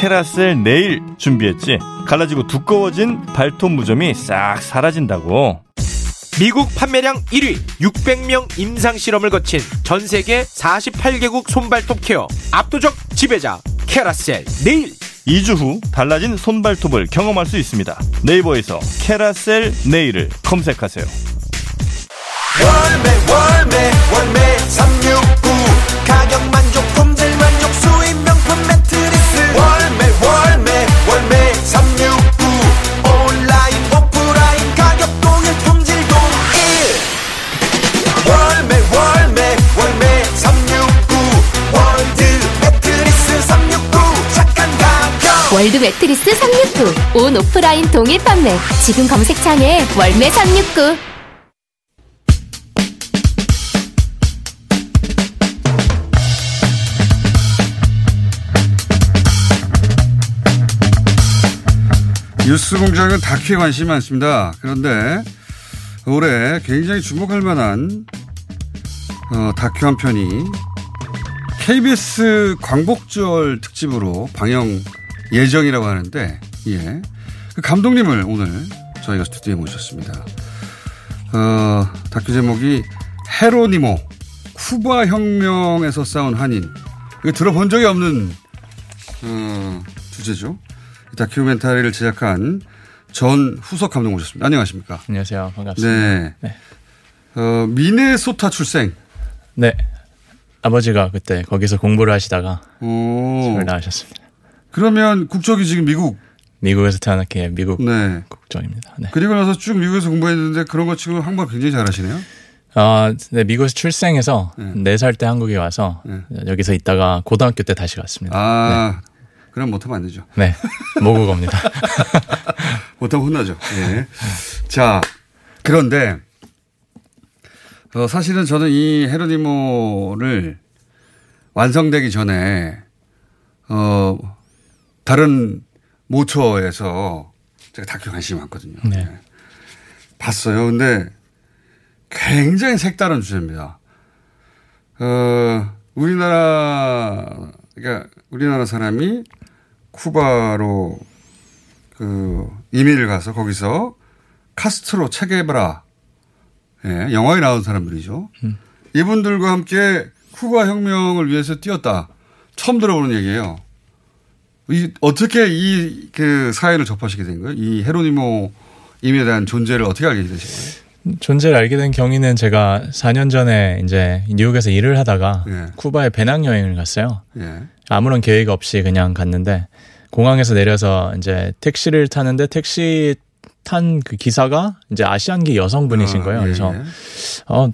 S6: 캐라셀 네일 준비했지. 갈라지고 두꺼워진 발톱 무좀이 싹 사라진다고.
S10: 미국 판매량 1위 600명 임상실험을 거친 전세계 48개국 손발톱 케어 압도적 지배자 캐라셀 네일
S6: 2주 후 달라진 손발톱을 경험할 수 있습니다. 네이버에서 캐라셀 네일을 검색하세요.
S11: 월매 월매 월매 369 가격 만족 품질 만족 수입 명품 매트리스 월매 월매 월매 369 온라인 오프라인 가격 동일 품질 동일 월매 월매 월매 369 월드 매트리스 369 착한 가격
S12: 월드 매트리스 369. 온 오프라인 동일 판매. 지금 검색창에 월매 369.
S7: 뉴스 공장은 다큐에 관심이 많습니다. 그런데 올해 굉장히 주목할 만한 어, 다큐 한 편이 KBS 광복절 특집으로 방영 예정이라고 하는데 예. 그 감독님을 오늘 저희가 스튜디오에 모셨습니다. 어, 다큐 제목이 헤로니모 쿠바 혁명에서 싸운 한인 이거 들어본 적이 없는 어, 주제죠. 이 다큐멘터리를 제작한 전 후석 감독 모셨습니다. 안녕하십니까?
S13: 안녕하세요. 반갑습니다.
S7: 네. 어, 미네소타 출생.
S13: 네. 아버지가 그때 거기서 공부를 하시다가
S7: 오.
S13: 집을 나가셨습니다.
S7: 그러면 국적이 지금 미국.
S13: 미국에서 태어났기에 미국
S7: 네.
S13: 국적입니다.
S7: 그리고 나서 쭉 미국에서 공부했는데 그런 것 치고 한국말 굉장히 잘하시네요.
S13: 아, 네, 미국에서 출생해서
S7: 음.
S13: 네 살 때 한국에 와서 여기서 있다가 고등학교 때 다시 갔습니다.
S7: 아, 그럼 못하면 안 되죠.
S13: 네. 모국어입니다.
S7: 못하면 혼나죠. 예. 자, 그런데, 어, 사실은 저는 이 헤로니모를 완성되기 전에, 어, 다른 모처에서 제가 다큐 관심이 많거든요.
S13: 네.
S7: 봤어요. 근데 굉장히 색다른 주제입니다. 어, 우리나라, 그러니까 우리나라 사람이 쿠바로 그 이민을 가서 거기서 카스트로 체게바라 예, 영화에 나온 사람들이죠.
S13: 음.
S7: 이분들과 함께 쿠바 혁명을 위해서 뛰었다. 처음 들어보는 얘기예요. 이, 어떻게 이 그 사회를 접하시게 된 거예요? 이 헤로니모 임에 대한 존재를 어떻게 알게 되신 거예요?
S13: 네. 존재를 알게 된 경위는 제가 4년 전에 이제 뉴욕에서 일을 하다가
S7: 네.
S13: 쿠바에 배낭 여행을 갔어요.
S7: 예.
S13: 아무런 계획 없이 그냥 갔는데 공항에서 내려서 이제 택시를 타는데 택시 탄 그 기사가 이제 아시안계 여성분이신 거예요.
S7: 아, 예,
S13: 그래서 어,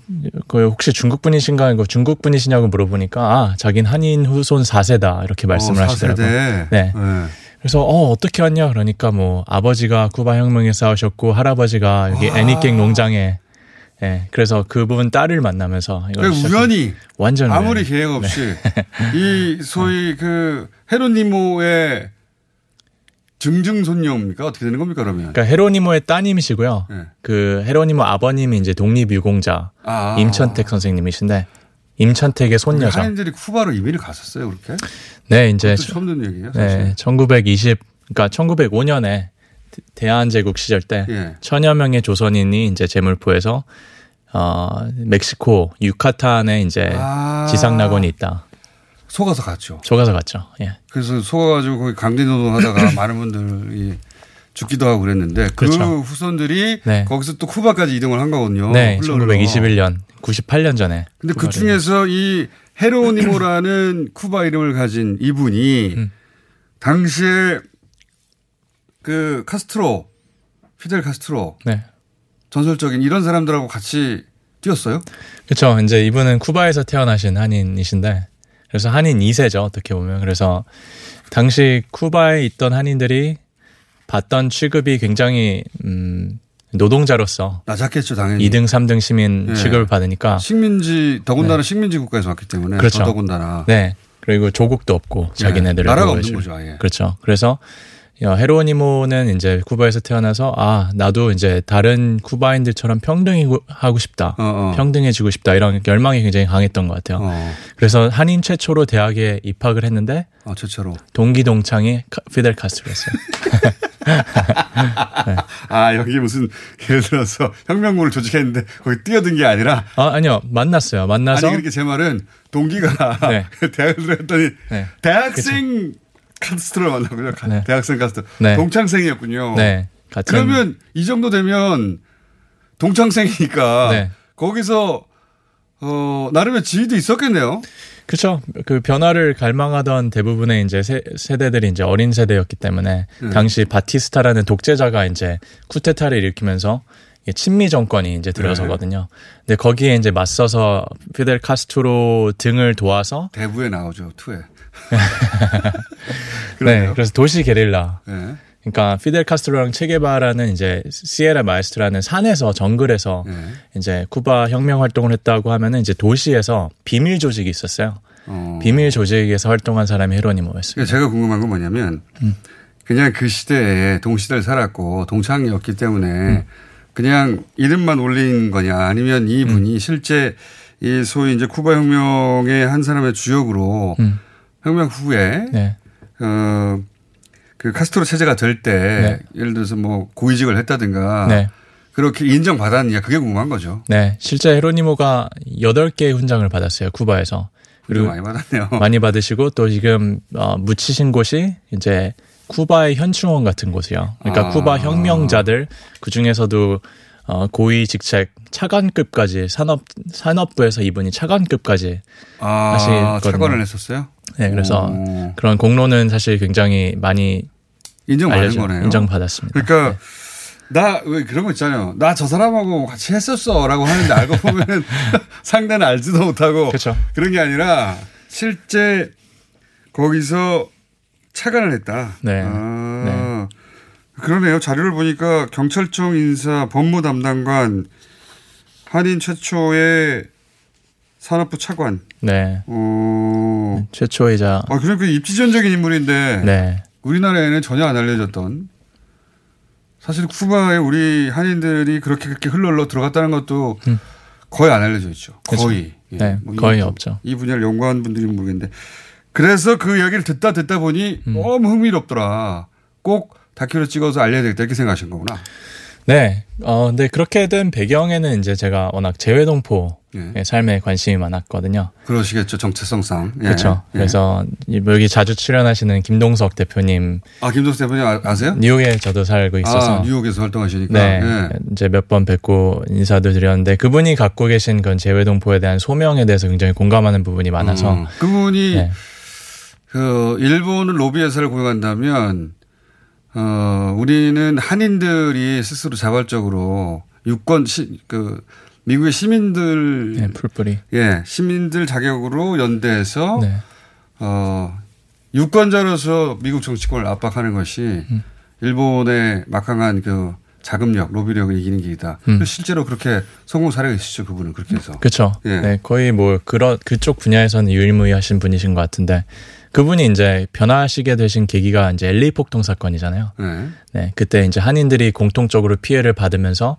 S13: 그 혹시 중국 분이신가? 이거 중국 분이시냐고 물어보니까 아, 자긴 한인 후손 4세다 이렇게 말씀을
S7: 어,
S13: 하시더라고요.
S7: 사세대.
S13: 네. 그래서 어 어떻게 왔냐 그러니까 뭐 아버지가 쿠바 혁명에 싸우셨고 할아버지가 여기 애니깽 농장에 예 그래서 그분 딸을 만나면서 이걸
S7: 그러니까
S13: 시작한-
S7: 우연히
S13: 완전
S7: 아무리
S13: 우연히.
S7: 계획 없이
S13: 네.
S7: 이 소위 그 헤로니모의 증증손녀입니까? 어떻게 되는 겁니까 그러면?
S13: 그러니까 헤로니모의 따님이시고요
S7: 네.
S13: 그 헤로니모 아버님이 이제 독립유공자
S7: 아.
S13: 임천택 선생님이신데 임천택의 손녀죠
S7: 한인들이 쿠바로 이민을 갔었어요 그렇게?
S13: 네 이제
S7: 그것도 처음 듣는 얘기예요. 사실.
S13: 네, 1920 그러니까 1905년에 대한제국 시절 때
S7: 네. 예.
S13: 천여 명의 조선인이 이제 제물포에서 어, 멕시코 유카탄에 이제
S7: 아.
S13: 네. 지상 낙원이 있다.
S7: 속아서 갔죠.
S13: 속아서 갔죠. 예.
S7: 그래서 속아가지고 거기 강제노동하다가 많은 분들이 죽기도 하고 그랬는데 그
S13: 그렇죠.
S7: 후손들이
S13: 네.
S7: 거기서 또 쿠바까지 이동을 한 거거든요.
S13: 네,
S7: 흘러 흘러.
S13: 1921년, 98년 전에.
S7: 아, 근데 그
S13: 쿠바를-
S7: 중에서 이 헤로니모라는 쿠바 이름을 가진 이분이
S13: 음.
S7: 당시에 그 카스트로 피델 카스트로
S13: 네.
S7: 전설적인 이런 사람들하고 같이 뛰었어요.
S13: 그렇죠. 이제 이분은 쿠바에서 태어나신 한인이신데 그래서 한인 2세죠. 어떻게 보면. 그래서 당시 쿠바에 있던 한인들이 받던 취급이 굉장히 음 노동자로서
S7: 낮았겠죠, 당연히.
S13: 2등, 3등 시민
S7: 예.
S13: 취급을 받으니까
S7: 식민지 더군다나 식민지 국가에서 왔기 때문에
S13: 네. 그렇죠.
S7: 더더군다나
S13: 네. 그리고 조국도 없고
S7: 예.
S13: 자기네들
S7: 나라가 없는 거죠, 아예.
S13: 그렇죠. 그래서 야, 헤로니모는 이제 쿠바에서 태어나서 아 나도 이제 다른 쿠바인들처럼 평등이고 하고
S7: 어,
S13: 싶다, 평등해지고 싶다 이런 열망이 굉장히 강했던 것 같아요.
S7: 어.
S13: 그래서 한인 최초로 대학에 입학을 했는데
S7: 아, 최초로
S13: 동기 동창이 카- 피델 카스트로였어요.
S7: 아 여기 무슨 예를 들어서 혁명군을 조직했는데 거기 뛰어든 게 아니라
S13: 아 아니요 만났어요. 만나서
S7: 아니 그렇게 제 말은 동기가
S13: 네.
S7: 대학을 들어갔더니
S13: 네.
S7: 대학생 카스트로 만나고요. 가- 대학생 카스트
S13: 네.
S7: 동창생이었군요.
S13: 네, 같은-
S7: 그러면 이 정도 되면 동창생이니까
S13: 네.
S7: 거기서 어, 나름의 지위도 있었겠네요.
S13: 그렇죠. 그 변화를 갈망하던 대부분의 이제 세, 세대들이 이제 어린 세대였기 때문에
S7: 네.
S13: 당시 바티스타라는 독재자가 이제 쿠데타를 일으키면서 이게 친미 정권이 이제 들어서거든요.
S7: 네.
S13: 근데 거기에 이제 맞서서 피델 카스트로 등을 도와서
S7: 대부에 나오죠 투에.
S13: 네, 그래서 도시 게릴라.
S7: 네.
S13: 그러니까 피델 카스트로랑 체게바라는 이제 시에라 마에스트라는 산에서 정글에서
S7: 네.
S13: 이제 쿠바 혁명 활동을 했다고 하면은 이제 도시에서 비밀 조직이 있었어요.
S7: 어. 네,
S13: 비밀 조직에서 활동한 사람이 헤로니모였습니다.
S7: 그러니까 제가 궁금한 건 뭐냐면
S13: 음.
S7: 그냥 그 시대에 동시대를 살았고 동창이었기 때문에 그냥 이름만 올린 거냐 아니면 이분이 실제 이 소위 이제 쿠바 혁명의 한 사람의 주역으로
S13: 음.
S7: 혁명 후에
S13: 네.
S7: 어, 그 카스트로 체제가 될 때 예를 들어서 뭐 고위직을 했다든가
S13: 네.
S7: 그렇게 인정받았느냐 그게 궁금한 거죠.
S13: 네, 실제 헤로니모가 8개의 훈장을 받았어요, 쿠바에서.
S7: 많이 받았네요.
S13: 많이 받으시고 또 지금 어, 묻히신 곳이 이제 쿠바의 현충원 같은 곳이요. 그러니까
S8: 아.
S13: 쿠바 혁명자들 그 중에서도 어, 고위 직책 차관급까지 산업 산업부에서 이분이 차관급까지
S7: 아,
S13: 하시거든요.
S7: 차관을 했었어요?
S13: 네, 그래서
S7: 오.
S13: 그런 공로는 사실 굉장히 많이
S7: 인정받은
S13: 알려져-
S7: 거네요.
S13: 인정받았습니다.
S7: 그러니까 나 왜 그런 거 있잖아요. 나 저 사람하고 같이 했었어라고 하는데 알고 보면 상대는 알지도 못하고
S13: 그렇죠.
S7: 그런게 아니라 실제 거기서 차관을 했다.
S13: 네.
S7: 아, 그러네요. 자료를 보니까 경찰청 인사 법무 담당관 한인 최초의 산업부 차관. 어.
S13: 네.
S8: 네.
S13: 최초이자
S7: 아, 그러니까 입지전적인 인물인데
S13: 네.
S7: 우리나라에는 전혀 안 알려졌던 사실 쿠바에 우리 한인들이 그렇게 그렇게 흘러러 들어갔다는 것도 거의 안 알려져 있죠.
S13: 음. 그쵸.
S7: 거의.
S13: 네,
S7: 뭐
S13: 거의
S7: 이,
S13: 없죠.
S7: 이 분야를 연구하는 분들이 모르겠는데 그래서 그 이야기를 듣다 듣다 보니
S13: 음.
S7: 너무 흥미롭더라. 꼭 다큐로 찍어서 알려야 되겠다 이렇게 생각하신 거구나.
S13: 네. 어, 근데 그렇게 된 배경에는 이제 제가 워낙 재외동포
S7: 예.
S13: 의 삶에 관심이 많았거든요.
S7: 그러시겠죠. 정체성상. 예.
S13: 그렇죠.
S7: 예.
S13: 그래서 이- 뭐 여기 자주 출연하시는 김동석 대표님
S7: 아 김동수 대표님 아- 아세요?
S13: 뉴욕에 저도 살고 네, 있어서
S7: 아, 뉴욕에서 활동하시니까.
S13: 네,
S7: 예.
S13: 이제 몇 번 뵙고 인사도 드렸는데 그분이 갖고 계신 그 재외동포에 대한 소명에 대해서 굉장히 공감하는 부분이 많아서 네.
S7: 음, 그분이 그 일본은 로비 회사를 고용한다면 어 우리는 한인들이 스스로 자발적으로 유권 시, 그 미국의 시민들
S13: 네, 풀뿌리
S7: 예 시민들 자격으로 연대해서
S13: 네.
S7: 어 유권자로서 미국 정치권을 압박하는 것이
S13: 음.
S7: 일본의 막강한 그 자금력 로비력을 이기는 길이다.
S13: 음.
S7: 실제로 그렇게 성공 사례가 있으시죠 그분은 그렇게 해서.
S13: 그렇죠.
S7: 예.
S13: 네, 거의 뭐 그런 그쪽 분야에서는 유일무이하신 분이신 것 같은데 그분이 이제 변화하시게 되신 계기가 이제 LA 폭동 사건이잖아요.
S7: 네.
S13: 네, 그때 이제 한인들이 공통적으로 피해를 받으면서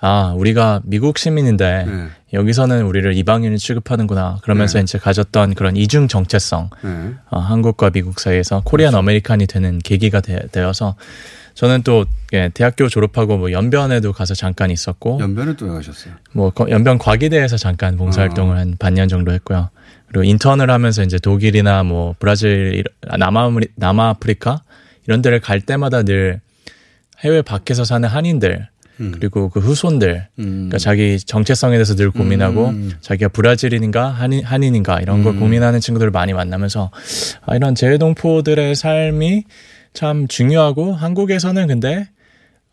S13: 아, 우리가 미국 시민인데
S7: 네.
S13: 여기서는 우리를 이방인을 취급하는구나. 그러면서
S8: 네.
S13: 이제 가졌던 그런 이중 정체성,
S7: 네.
S13: 어, 한국과 미국 사이에서 코리안 아메리칸이 되는 계기가 되, 어서 저는 또 예, 대학교 졸업하고 뭐 연변에도 가서 잠깐 있었고
S7: 연변을 또 가셨어요.
S13: 뭐 거- 연변 과기대에서 잠깐 봉사활동을 한 반년 정도 했고요. 그리고 인턴을 하면서 이제 독일이나 뭐 브라질, 이런- 남아프리, 남아프리카 이런 데를 갈 때마다 늘 해외 밖에서 사는 한인들 그리고 그 후손들
S8: 음.
S13: 그러니까 자기 정체성에 대해서 늘 고민하고
S7: 음.
S13: 자기가 브라질인인가 한인, 한인인가 이런 걸 고민하는 친구들을 많이 만나면서 아, 이런 재외동포들의 삶이 참 중요하고 한국에서는 근데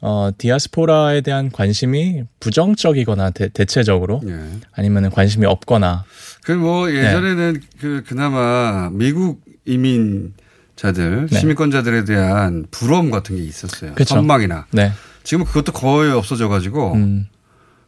S13: 어, 디아스포라에 대한 관심이 부정적이거나 대, 체적으로
S7: 네.
S13: 아니면 관심이 없거나
S7: 예. 그 뭐 예전에는
S13: 네.
S7: 그 그나마 미국 이민자들
S13: 네.
S7: 시민권자들에 대한 부러움 같은 게 있었어요.
S13: 그쵸.
S7: 선망이나
S13: 네.
S7: 지금 그것도 거의 없어져 가지고
S13: 음.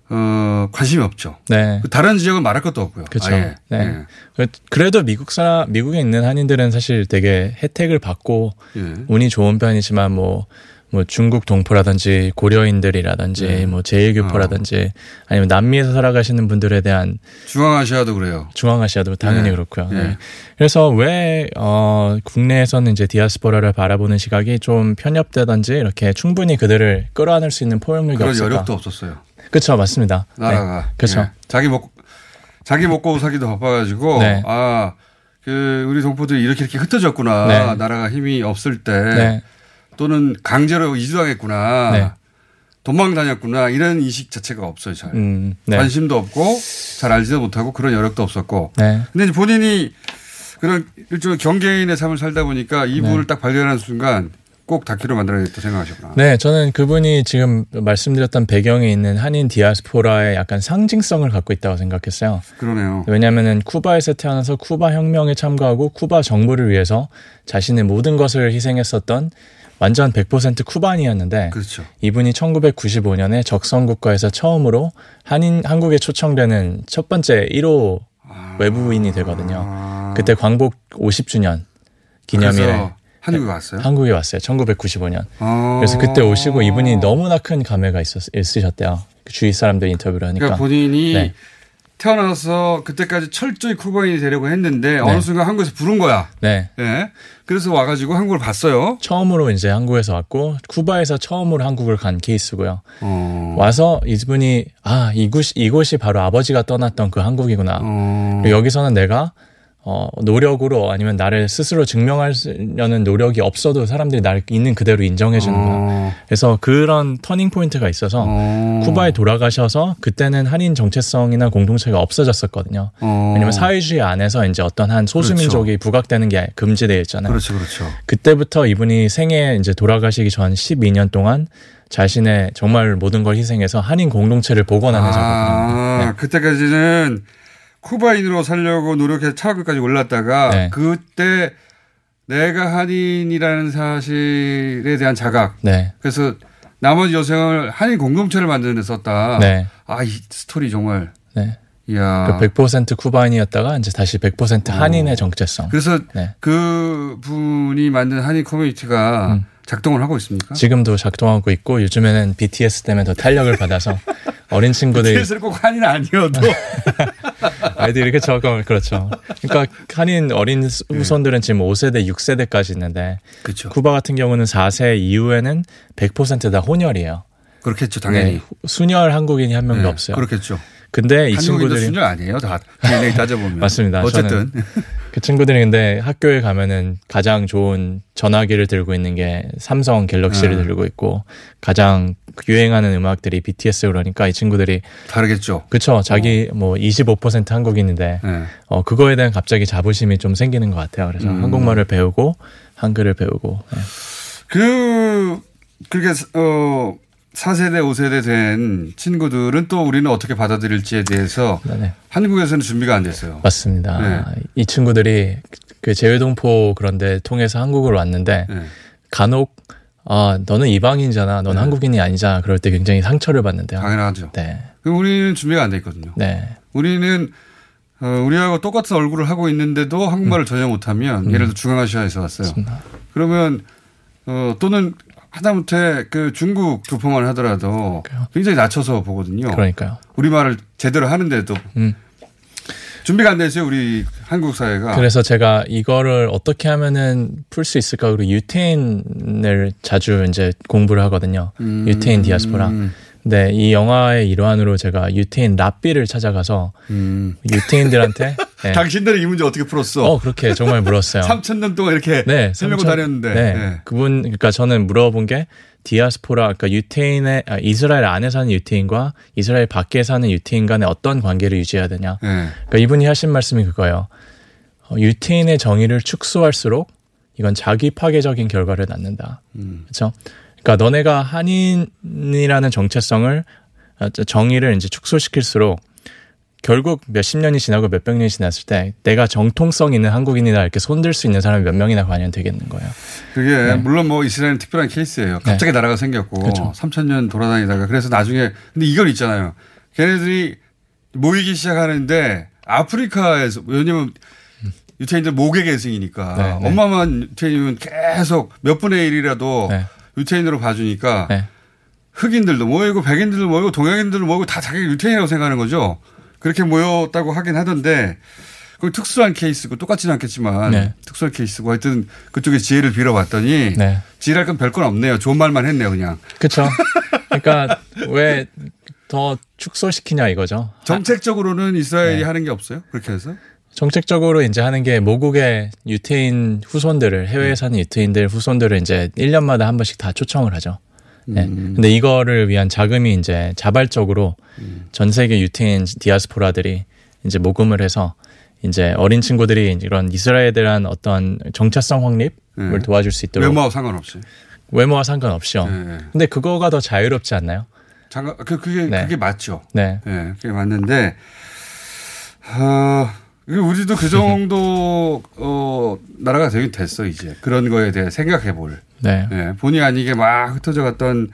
S7: 어, 관심이 없죠.
S13: 네.
S7: 그 다른 지역은 말할 것도 없고요.
S13: 그렇죠.
S7: 아예.
S13: 네.
S7: 예.
S13: 그- 그래도 미국 사람 미국에 있는 한인들은 사실 되게 혜택을 받고
S7: 예.
S13: 운이 좋은 편이지만 뭐. 뭐 중국 동포라든지 고려인들이라든지
S7: 네.
S13: 뭐 제1교포라든지 아니면 남미에서 살아가시는 분들에 대한
S7: 중앙아시아도 그래요.
S13: 중앙아시아도 당연히
S7: 네.
S13: 그렇고요.
S7: 네.
S13: 네. 그래서 왜 어, 국내에서는 이제 디아스포라를 바라보는 시각이 좀 편협되든지 이렇게 충분히 그들을 끌어안을 수 있는 포용력이
S7: 그런
S13: 없을까?
S7: 여력도 없었어요.
S13: 그렇죠, 맞습니다.
S7: 나라가
S13: 그렇죠.
S7: 예. 자기 먹 자기 먹고 사기도 바빠가지고 아,
S13: 네.
S7: 아그 우리 동포들이 이렇게 이렇게 흩어졌구나
S13: 네.
S7: 나라가 힘이 없을 때
S13: 네.
S7: 또는 강제로 이주당했구나
S13: 네.
S7: 도망 다녔구나 이런 인식 자체가 없어요 잘
S13: 음, 네.
S7: 관심도 없고 잘 알지도 못하고 그런 여력도 없었고
S13: 네.
S7: 근데 이제 본인이 그런 일종의 경계인의 삶을 살다 보니까
S13: 네.
S7: 이분을 딱 발견하는 순간 꼭 다큐로 만들어야겠다 생각하셨구나
S13: 네, 저는 그분이 지금 말씀드렸던 배경에 있는 한인 디아스포라의 약간 상징성을 갖고 있다고 생각했어요.
S7: 그러네요
S13: 왜냐면은 쿠바에서 태어나서 쿠바 혁명에 참가하고 쿠바 정부를 위해서 자신의 모든 것을 희생했었던 완전 100% 쿠반이었는데
S7: 그 그렇죠.
S13: 이분이 1995년에 적성 국가에서 처음으로 한인 한국에 초청되는 첫 번째 1호
S7: 아.
S13: 외부인이 되거든요. 그때 광복 50주년 기념일에 네.
S7: 그래서 한국에 왔어요?
S13: 한국에 왔어요. 1995년.
S7: 아.
S13: 그래서 그때 오시고 이분이 너무나 큰 감회가 있었, 있으셨대요. 그 주위 사람들 인터뷰를 하니까.
S7: 그러니까 본인이
S13: 네.
S7: 태어나서 그때까지 철저히 쿠바인이 되려고 했는데
S13: 네.
S7: 어느 순간 한국에서 부른 거야
S13: 네.
S7: 예. 그래서 와가지고 한국을 봤어요.
S13: 처음으로 이제 한국에서 왔고 쿠바에서 처음으로 한국을 간 케이스고요.
S14: 어.
S13: 와서 이분이 아 이곳 이곳이 바로 아버지가 떠났던 그 한국이구나.
S14: 어.
S13: 그리고 여기서는 내가 어, 노력으로 아니면 나를 스스로 증명하려는 노력이 없어도 사람들이 나를 있는 그대로 인정해주는구나.
S14: 어.
S13: 그래서 그런 터닝 포인트가 있어서 쿠바에 돌아가셔서 그때는 한인 정체성이나 공동체가 없어졌었거든요.
S7: 어.
S13: 왜냐면 사회주의 안에서 이제 어떤 한
S14: 그렇죠.
S13: 소수민족이 부각되는 게 금지되어 있잖아요.
S7: 그렇죠, 그렇죠.
S13: 그때부터 이분이 생애 이제 돌아가시기 전 12년 동안 자신의 정말 모든 걸 희생해서 한인 공동체를 복원하는 작업을
S7: 아,
S13: 합니다. 네.
S7: 그때까지는 쿠바인으로 살려고 노력해서 차학교까지 올랐다가
S13: 네.
S7: 그때 내가 한인이라는 사실에 대한 자각.
S13: 네.
S7: 그래서 나머지 여생을 한인 공동체를 만드는 데 썼다.
S13: 네.
S7: 아, 이 스토리 정말.
S13: 네.
S7: 이야.
S13: 그 100% 쿠바인이었다가 이제 다시 100% 한인의 정체성.
S7: 그래서
S13: 네.
S7: 그 분이 만든 한인 커뮤니티가 작동을 하고
S13: 음.
S7: 있습니까?
S13: 지금도 작동하고 있고 요즘에는 BTS 때문에 더 탄력을 받아서 어린 친구들
S7: 그래서 꼭 한인 아니어도
S13: 네. 아이들 이렇게 적어 그렇죠. 그러니까 한인 어린 수-
S7: 예.
S13: 후손들은 지금 5세대, 6세대까지 있는데 쿠바 같은 경우는 4세 이후에는 100%다 혼혈이에요.
S7: 그렇겠죠, 당연히. 네.
S13: 순혈 한국인이 한 명도 네, 없어요.
S7: 예. 그렇겠죠.
S13: 근데 이
S7: 한국인도
S13: 친구들이
S7: 순열 아니에요, 다 DNA 따져보면.
S13: 맞습니다.
S7: 네. 어쨌든
S13: 저는 그 친구들이 근데 학교에 가면은 가장 좋은 전화기를 들고 있는 게 삼성 갤럭시를
S7: 음.
S13: 들고 있고 가장 유행하는 음악들이 BTS 그러니까 이 친구들이
S7: 다르겠죠.
S13: 그쵸.
S7: 어.
S13: 자기 뭐 25% 한국인인데
S7: 네.
S13: 어 그거에 대한 갑자기 자부심이 좀 생기는 것 같아요. 그래서
S7: 음.
S13: 한국말을 배우고 한글을 배우고 네.
S7: 그 그렇게 어 4세대, 5세대 된 친구들은 또 우리는 어떻게 받아들일지에 대해서
S13: 네.
S7: 한국에서는 준비가 안 됐어요.
S13: 맞습니다.
S7: 네.
S13: 이 친구들이 그 제외동포 그런데 통해서 한국으로
S7: 네.
S13: 왔는데 간혹 아 너는 이방인이잖아, 너는 한국인이 아니잖아. 그럴 때 굉장히 상처를 받는데요.
S7: 네. 당연하죠.
S13: 네,
S7: 그럼 우리는 준비가 안 돼 있거든요.
S13: 네,
S7: 우리는 어, 우리하고 똑같은 얼굴을 하고 있는데도 한국말을
S13: 음.
S7: 전혀 못하면 예를 들어 중앙아시아에서 왔어요. 그러면 어, 또는 하다못해 그 중국 교포만 하더라도 굉장히 낮춰서 보거든요.
S13: 그러니까요.
S7: 우리말을 제대로 하는데도
S13: 음.
S7: 준비가 안 돼 있어요. 우리 한국 사회가.
S13: 그래서 제가 이거를 어떻게 하면은 풀 수 있을까? 그리고 유태인을 자주 이제 공부를 하거든요.
S14: 음.
S13: 유태인 디아스포라. 근데 이 영화의 일환으로 제가 유태인 랍비를 찾아가서 유태인들한테 네.
S7: 음. 당신들은 이 문제 어떻게 풀었어?
S13: 어 그렇게 정말 물었어요.
S7: 3천 년 동안 이렇게
S13: 네,
S7: 살려고
S13: 삼천-
S7: 다녔는데.
S13: 네.
S7: 네.
S13: 그분 그러니까 저는 물어본 게 디아스포라 그러니까 유태인의 아, 이스라엘 안에 사는 유태인과 이스라엘 밖에 사는 유태인 간의 어떤 관계를 유지해야 되냐.
S7: 네.
S13: 그러니까 이분이 하신 말씀이 그거예요. 어, 유태인의 정의를 축소할수록 이건 자기 파괴적인 결과를 낳는다. 그렇죠? 그러니까 너네가 한인이라는 정체성을 아, 저- 정의를 이제 축소시킬수록 결국 몇십 년이 지나고 몇백 년이 지났을 때 내가 정통성 있는 한국인이다 이렇게 손들 수 있는 사람이 몇 명이나 과연 되겠는 거예요.
S7: 그게 물론 뭐 이스라엘은 특별한 케이스예요. 갑자기 나라가 생겼고
S13: 네. 그렇죠.
S7: 삼천년 돌아다니다가 그래서 나중에 근데 이걸 있잖아요. 걔네들이 모이기 시작하는데 아프리카에서 왜냐면 유태인들 모계 계승이니까
S13: 네, 네.
S7: 엄마만 유태인이면 계속 몇 분의 일이라도
S13: 네.
S7: 유태인으로 봐주니까 흑인들도 모이고 백인들도 모이고 동양인들도 모이고 다 자기가 유태인이라고 생각하는 거죠. 그렇게 모였다고 하긴 하던데 그 특수한 케이스고 똑같지는 않겠지만
S13: 네.
S7: 특수한 케이스고 하여튼 그쪽에 지혜를 빌어봤더니
S13: 네.
S7: 지랄 건 별 건 없네요. 좋은 말만 했네요, 그냥.
S13: 그렇죠. 그러니까 왜 더 축소시키냐 이거죠.
S7: 정책적으로는
S13: 네.
S7: 이스라엘이 하는 게 없어요. 그렇게 해서
S13: 정책적으로 이제 하는 게 모국의
S7: 음.
S13: 유태인 후손들을 해외에 사는 유태인들 후손들을 이제 1년마다 한 번씩 다 초청을 하죠. 네.
S7: 음.
S13: 근데 이거를 위한 자금이 이제 자발적으로
S7: 음.
S13: 전 세계 유태인 디아스포라들이 이제 모금을 해서 이제 어린 친구들이 이런 이스라엘에 대한 어떤 정체성 확립을
S7: 네.
S13: 도와줄 수 있도록
S7: 외모와 예, 상관없이.
S13: 외모와 상관없이요. 근데 그거가 더 자유롭지 않나요?
S7: 잠깐 그 그게
S13: 네.
S7: 그게 맞죠.
S13: 네.
S7: 예, 그게 맞는데 아, 이게 우리도 그 정도 어 나라가 되긴 됐어 이제 그런 거에 대해 생각해볼.
S13: 네.
S7: 예, 본의 아니게 막 흩어져 갔던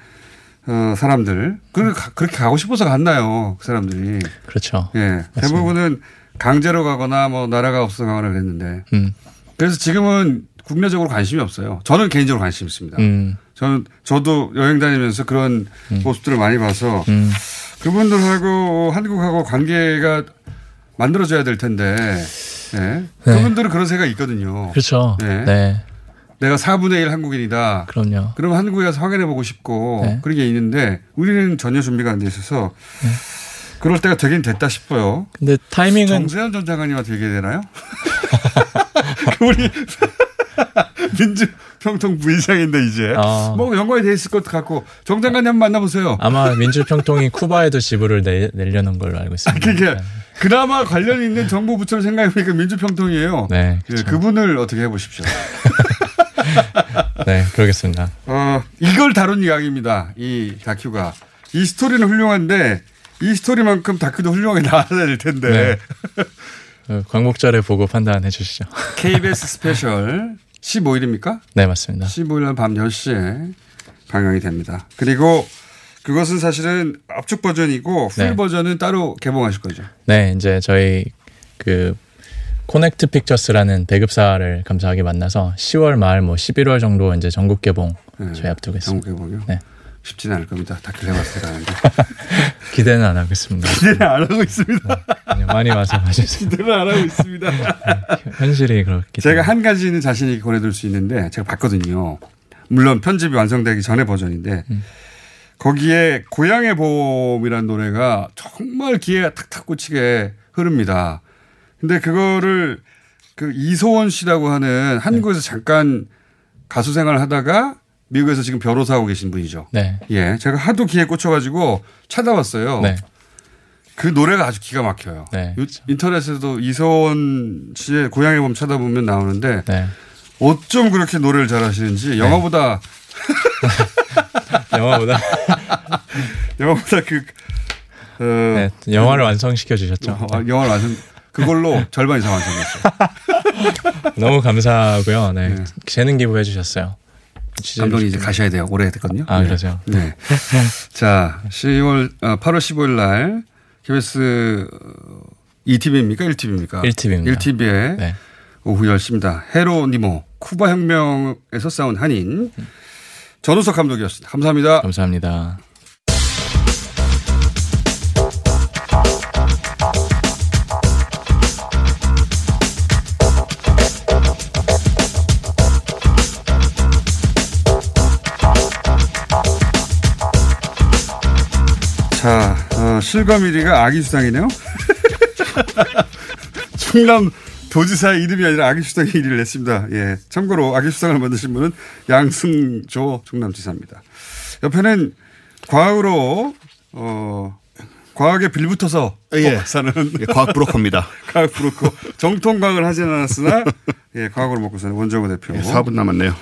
S7: 어, 사람들 그 그렇게 가고 싶어서 갔나요 그 사람들이.
S13: 그렇죠.
S7: 예, 대부분은 강제로 가거나 뭐 나라가 없어서 가거나 그랬는데.
S13: 음.
S7: 그래서 지금은 국내적으로 관심이 없어요. 저는 개인적으로 관심 있습니다.
S13: 음.
S7: 저는 저도 여행 다니면서 그런 모습들을 많이 봐서
S13: 음.
S7: 그분들하고 한국하고 관계가 만들어져야 될 텐데
S13: 네.
S7: 예. 그분들은 그런 생각이 있거든요.
S13: 그렇죠.
S7: 예.
S13: 네.
S7: 내가 4분의 1 한국인이다.
S13: 그럼요.
S7: 그럼 한국에 가서 확인해 보고 싶고
S13: 네.
S7: 그런 게 있는데 우리는 전혀 준비가 안 돼 있어서 그럴 때가 되긴 됐다 싶어요.
S13: 근데 타이밍은
S7: 정세현 전 장관님한테 얘기해야 되나요? 그분이 민주평통 부의장인데 이제
S13: 아.
S7: 뭐 연관이 돼 있을 것 같고 정 장관님 한번 만나보세요.
S13: 아마 민주평통이 쿠바에도 지부를 내, 내려는 걸로 알고 있습니다.
S7: 아, 그게 그나마 관련 있는 정부 부처를 생각해보니까 민주평통이에요.
S13: 네,
S7: 예, 그분을 어떻게 해보십시오.
S13: 네, 그러겠습니다.
S7: 어, 이걸 다룬 이야기입니다. 이 다큐가. 이 스토리는 훌륭한데 이 스토리만큼 다큐도 훌륭하게 나와야
S13: 네.
S7: 될 텐데.
S13: 어, 광복절에 보고 판단해 주시죠.
S7: KBS 스페셜 15일입니까?
S13: 네, 맞습니다.
S7: 15일 날밤 10시에 방영이 됩니다. 그리고 그것은 사실은 압축 버전이고 풀
S13: 네.
S7: 버전은 따로 개봉하실 거죠.
S13: 네, 이제 저희 그 코넥트 픽처스라는 배급사를 감사하게 만나서 10월 말 뭐 11월 정도 이제 전국 개봉
S7: 네.
S13: 저희 앞두고 있습니다.
S7: 전국 개봉이요?
S13: 네.
S7: 쉽지는 않을 겁니다. 다큐를 해봤을 때라는데.
S13: 기대는 안 하고 있습니다.
S7: 기대는 안 하고 있습니다.
S13: 그냥 많이 와서 봐주세요.
S7: 기대는 안 하고 있습니다.
S13: 현실이 그렇기
S7: 제가 한 가지는 자신이 권해둘 수 있는데 제가 봤거든요. 물론 편집이 완성되기 전에 버전인데
S13: 음.
S7: 거기에 고향의 봄이라는 노래가 정말 귀에 탁탁 꽂히게 흐릅니다. 근데 그거를 그 이소원 씨라고
S13: 네.
S7: 하는 한국에서 잠깐 가수 생활을 하다가 미국에서 지금 변호사 하고 계신 분이죠.
S13: 네.
S7: 예, 제가 하도 귀에 꽂혀가지고 찾아봤어요.
S13: 네.
S7: 그 노래가 아주 기가 막혀요.
S13: 네,
S7: 유- 인터넷에도 이서원 씨의 고향의 봄 찾아보면 나오는데
S13: 네.
S7: 어쩜 그렇게 노래를 잘하시는지 영화보다
S13: 영화보다
S7: 어. 영화보다 그 어,
S13: 네, 영화를 완성시켜 주셨죠.
S7: 어, 영화를 완성 그걸로 절반 이상 완성했어요.
S13: 네, 너무 감사하고요. 네. 재능 기부해 주셨어요.
S7: 감독님 이제 가셔야 돼요. 오래됐거든요.
S13: 아,
S7: 네.
S13: 그러세요.
S7: 네. 자, 10월 아, 8월 15일 날 어, KBS 2TV입니까? 1TV입니까?
S13: 1TV 입니다. 네.
S7: 1TV에 오후 10시입니다. 헤로니모 쿠바 혁명에서 싸운 한인
S13: 음.
S7: 전우석 감독이었습니다. 감사합니다.
S13: 감사합니다.
S7: 자, 어, 실검 1위가 아기 수당이네요. 충남 도지사의 이름이 아니라 아기 수당의 1위를 냈습니다. 예. 참고로 아기 수당을 만드신 분은 양승조 충남지사입니다. 옆에는 과학으로, 어, 과학에 빌붙어서
S14: 예.
S7: 사는
S14: 예, 과학 브로커입니다.
S7: 과학 브로커. 정통 과학을 하진 않았으나, 예, 과학으로 먹고 사는 원정우 대표.
S14: 예, 4분 남았네요.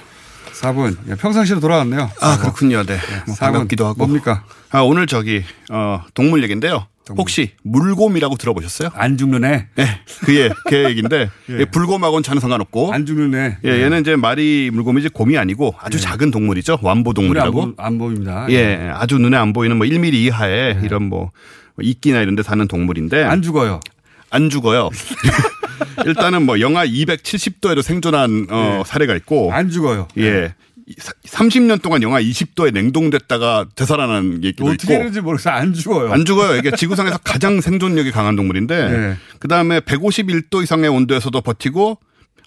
S7: 4분. 예, 평상시로 돌아왔네요.
S14: 아 그렇군요. 네. 뭐
S7: 사분.
S14: 반갑기도 하고.
S7: 뭡니까?
S14: 아 오늘 저기 어, 동물 얘기인데요. 혹시 물곰이라고 들어보셨어요?
S7: 안 죽는 애.
S14: 네, 그게 걔 얘기인데 예, 불곰하고는 전혀 상관없고.
S7: 안 네. 죽는 애.
S14: 예, 얘는 이제 말이 물곰이지 곰이 아니고 아주 작은 동물이죠. 완보 동물이라고.
S7: 눈에 안, 보, 입니다
S14: 예, 아주 눈에 안 보이는 뭐 1mm 이하의
S13: 음.
S14: 이런 뭐 이끼나 이런 데 사는 동물인데 안
S7: 죽어요.
S14: 안 죽어요. 일단은 뭐 영하 270도에도 생존한 어, 사례가 있고
S7: 안 죽어요.
S14: 예. 30년 동안 영하 20도에 냉동됐다가 되살아난 얘기도
S7: 어떻게
S14: 있고
S7: 되는지 모르겠어요. 안 죽어요.
S14: 안 죽어요. 이게 지구상에서 가장 생존력이 강한 동물인데
S7: 네.
S14: 그다음에 151도 이상의 온도에서도 버티고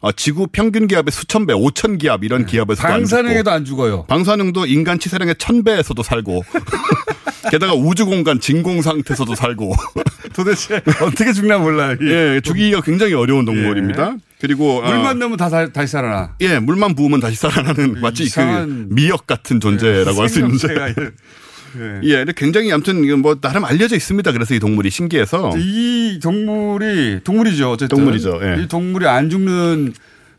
S14: 어, 지구 평균 기압의 수천 배, 오천 기압 이런 기압에서도
S7: 방사능에도 안 죽어요.
S14: 방사능도 인간 치사량의 천 배에서도 살고 게다가 우주 공간 진공 상태에서도 살고
S7: 도대체 어떻게 죽나 몰라요.
S14: 예, 죽이기가 굉장히 어려운 동물입니다. 그리고 어,
S7: 물만 넣으면 다, 다- 다시 살아나.
S14: 예, 물만 부으면 다시 살아나는 마치
S7: 네, 이상한- 네,
S14: 그 미역 같은 존재라고 할 수 있는데.
S7: 예. 생명체가 이런- 예.
S14: 예, 근데 굉장히 아무튼 이건 뭐 나름 알려져 있습니다. 그래서 이 동물이 신기해서
S7: 이 동물이 동물이죠. 어쨌든
S14: 어. 동물이죠, 예.
S7: 이 동물이 안 죽는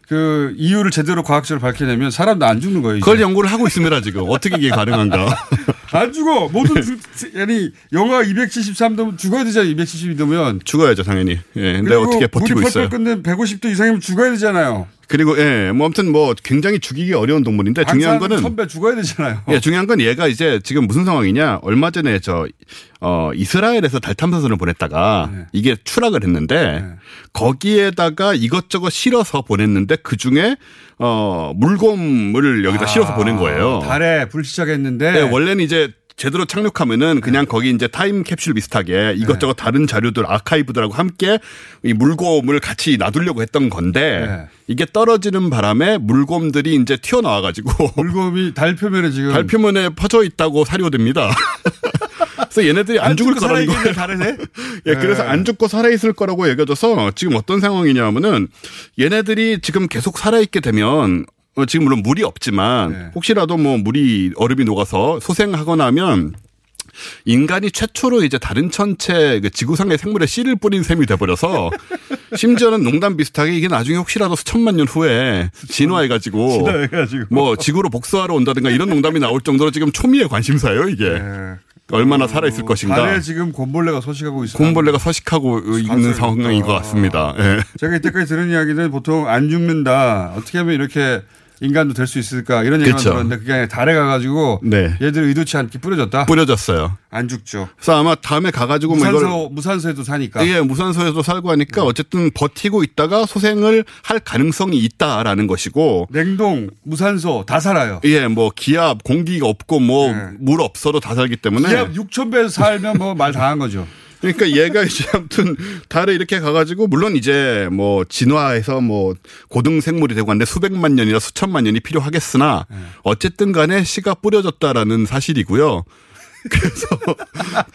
S7: 그 이유를 제대로 과학적으로 밝혀내면 사람도 안 죽는 거예요.
S14: 그걸 연구를 하고 있습니다 지금 어떻게 이게 가능한가.
S7: 안 죽어. 모든 죽, 아니 영하 273도면 죽어야 되잖아요. 272도면
S14: 죽어야죠 당연히. 예, 근데 어떻게 버티고
S7: 물이
S14: 있어요.
S7: 펄펄 끓는 150도 이상이면 죽어야 되잖아요.
S14: 그리고 예, 뭐 아무튼 뭐 굉장히 죽이기 어려운 동물인데 예, 중요한 거는
S7: 선배 죽어야 되잖아요.
S14: 예, 중요한 건 얘가 이제 지금 무슨 상황이냐. 얼마 전에 저, 어, 이스라엘에서 달 탐사선을 보냈다가 이게 추락을 했는데 거기에다가 이것저것 실어서 보냈는데 그 중에 어, 물곰을 여기다 실어서 보낸 거예요.
S7: 달에 불시착했는데
S14: 네, 원래는 이제 제대로 착륙하면은 그냥 거기 이제 타임 캡슐 비슷하게 이것저것 다른 자료들 아카이브들하고 함께 이 물곰을 같이 놔두려고 했던 건데 이게 떨어지는 바람에 물곰들이 이제 튀어나와가지고
S7: 물곰이 달 표면에 지금
S14: 달 표면에 퍼져 있다고 사료됩니다. 그래서 얘네들이 안, 죽을
S7: 죽고
S14: 거라는
S7: 살아있는데
S14: 거예요.
S7: 다르네.
S14: 예, 그래서 안 죽고 살아있을 거라고 여겨져서 지금 어떤 상황이냐면은 얘네들이 지금 계속 살아있게 되면 어, 지금 물론 물이 없지만
S7: 네.
S14: 혹시라도 뭐 물이 얼음이 녹아서 소생하거나 하면 인간이 최초로 이제 다른 천체 그 지구상의 생물에 씨를 뿌린 셈이 돼버려서 심지어는 농담 비슷하게 이게 나중에 혹시라도 수천만 년 후에 진화해가지고
S7: 진화해가지고.
S14: 뭐 지구로 복수하러 온다든가 이런 농담이 나올 정도로 지금 초미의 관심사예요 이게
S7: 네.
S14: 얼마나
S7: 어,
S14: 살아있을 것인가
S7: 달에 지금 곰벌레가 서식하고 있어요.
S14: 곰벌레가 서식하고 있는 상황인 것 같습니다. 예.
S7: 아. 제가 이때까지 들은 이야기는 보통 안 죽는다. 어떻게 하면 이렇게 인간도 될 수 있을까 이런 얘기만
S14: 그렇죠.
S7: 들었는데 그게 아니라 달에 가가지고
S14: 네.
S7: 얘들 의도치 않게 뿌려졌다.
S14: 뿌려졌어요.
S7: 안 죽죠.
S14: 그래서 아마 다음에 가가지고 뭐
S7: 무산소
S14: 이걸
S7: 무산소에도 사니까.
S14: 예, 무산소에서도 살고 하니까 어쨌든 버티고 있다가 소생을 할 가능성이 있다라는 것이고
S7: 냉동, 무산소 다 살아요. 예.
S14: 예, 뭐 기압, 공기가 없고 뭐 물 없어도 다 살기 때문에
S7: 기압 6천 배에서 살면 뭐 말 다 한 거죠.
S14: 그러니까 얘가 이제 아무튼 달에 이렇게 가가지고 물론 이제 뭐 진화해서 뭐 고등 생물이 되고 하는데 수백만 년이나 수천만 년이 필요하겠으나 어쨌든 간에 씨가 뿌려졌다라는 사실이고요. 그래서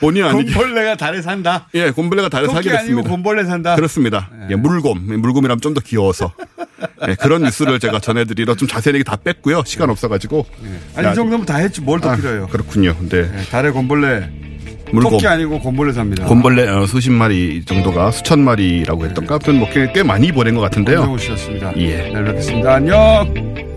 S14: 본의 아니게
S7: 곰벌레가 달에 산다.
S14: 예, 곰벌레가 달에
S7: 토끼
S14: 살게 됐습니다.
S7: 아니고 곰벌레 산다.
S14: 그렇습니다. 예, 물곰. 물곰이라면 좀 더 귀여워서. 예, 그런 뉴스를 제가 전해드리러 좀 자세한 얘기 다 뺐고요. 시간 없어가지고.
S7: 아니 이 정도면 다 했지 뭘 더 필요해요. 예,
S14: 그렇군요. 근데
S7: 달에 곰벌레.
S14: 물곰.
S7: 토끼 아니고 곰벌레 삽니다.
S14: 곰벌레 어, 수십 마리 정도가 수천 마리라고 했던가? 아무튼 뭐 꽤, 꽤 많이 보낸 것 같은데요.
S7: 오셨습니다.
S14: 예.
S7: 내일 뵙겠습니다. 안녕.